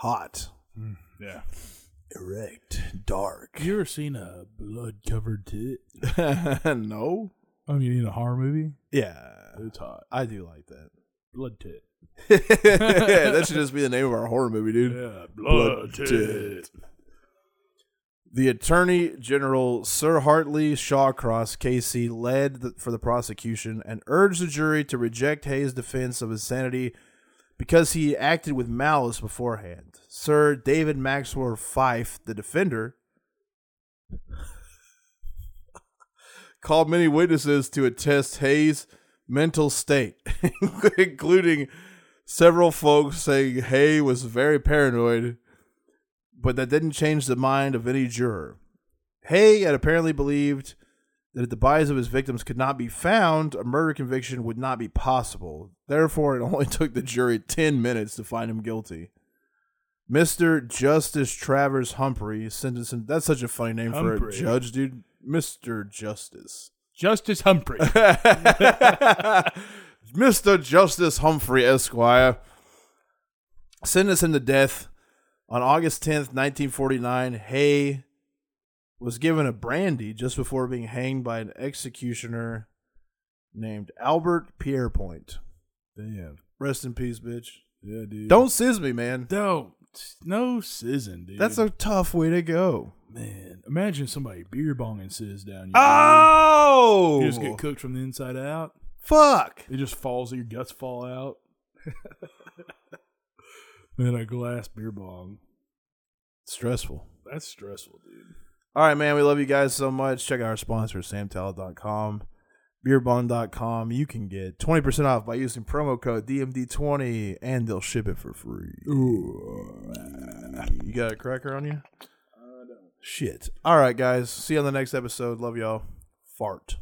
Hot,
Yeah.
erect, dark.
You ever seen a blood covered tit?
no?
I Oh, mean, in a horror movie?
Yeah.
It's hot.
I do like that.
Blood tit.
that should just be the name of our horror movie, dude.
Yeah,
blood tit. The Attorney General Sir Hartley Shawcross Casey led the, for the prosecution and urged the jury to reject Hayes' defense of insanity because he acted with malice beforehand. Sir David Maxwell Fife, the defender, called many witnesses to attest Hayes' mental state, including several folks saying Hay was very paranoid but that didn't change the mind of any juror. Hay had apparently believed that if the bodies of his victims could not be found, a murder conviction would not be possible. Therefore, it only took the jury 10 minutes to find him guilty. Mr. Justice Travers Humphrey sentenced him. That's such a funny name for a
Humphrey.
judge, dude. Mr. Justice.
Justice Humphrey.
Mr. Mr. Justice Humphrey Esquire sentenced him to death on August 10th, 1949. Hay was given a brandy just before being hanged by an executioner named Albert Pierrepoint.
Damn.
Rest in peace, bitch.
Yeah, dude.
Don't sizz me, man.
don't no sizzing, dude.
That's a tough way to go.
man. Imagine somebody beer bonging sizz down you.
Oh!
dude. you just get cooked from the inside out.
Fuck!
It just falls. Your guts fall out. man, a glass beer bong.
Stressful.
That's stressful, dude.
All right, man. We love you guys so much. Check out our sponsor, samtalent.com, beerbond.com. You can get 20% off by using promo code DMD20, and they'll ship it for free. You got a cracker on you? I don't. Shit. All right, guys. See you on the next episode. Love y'all. Fart.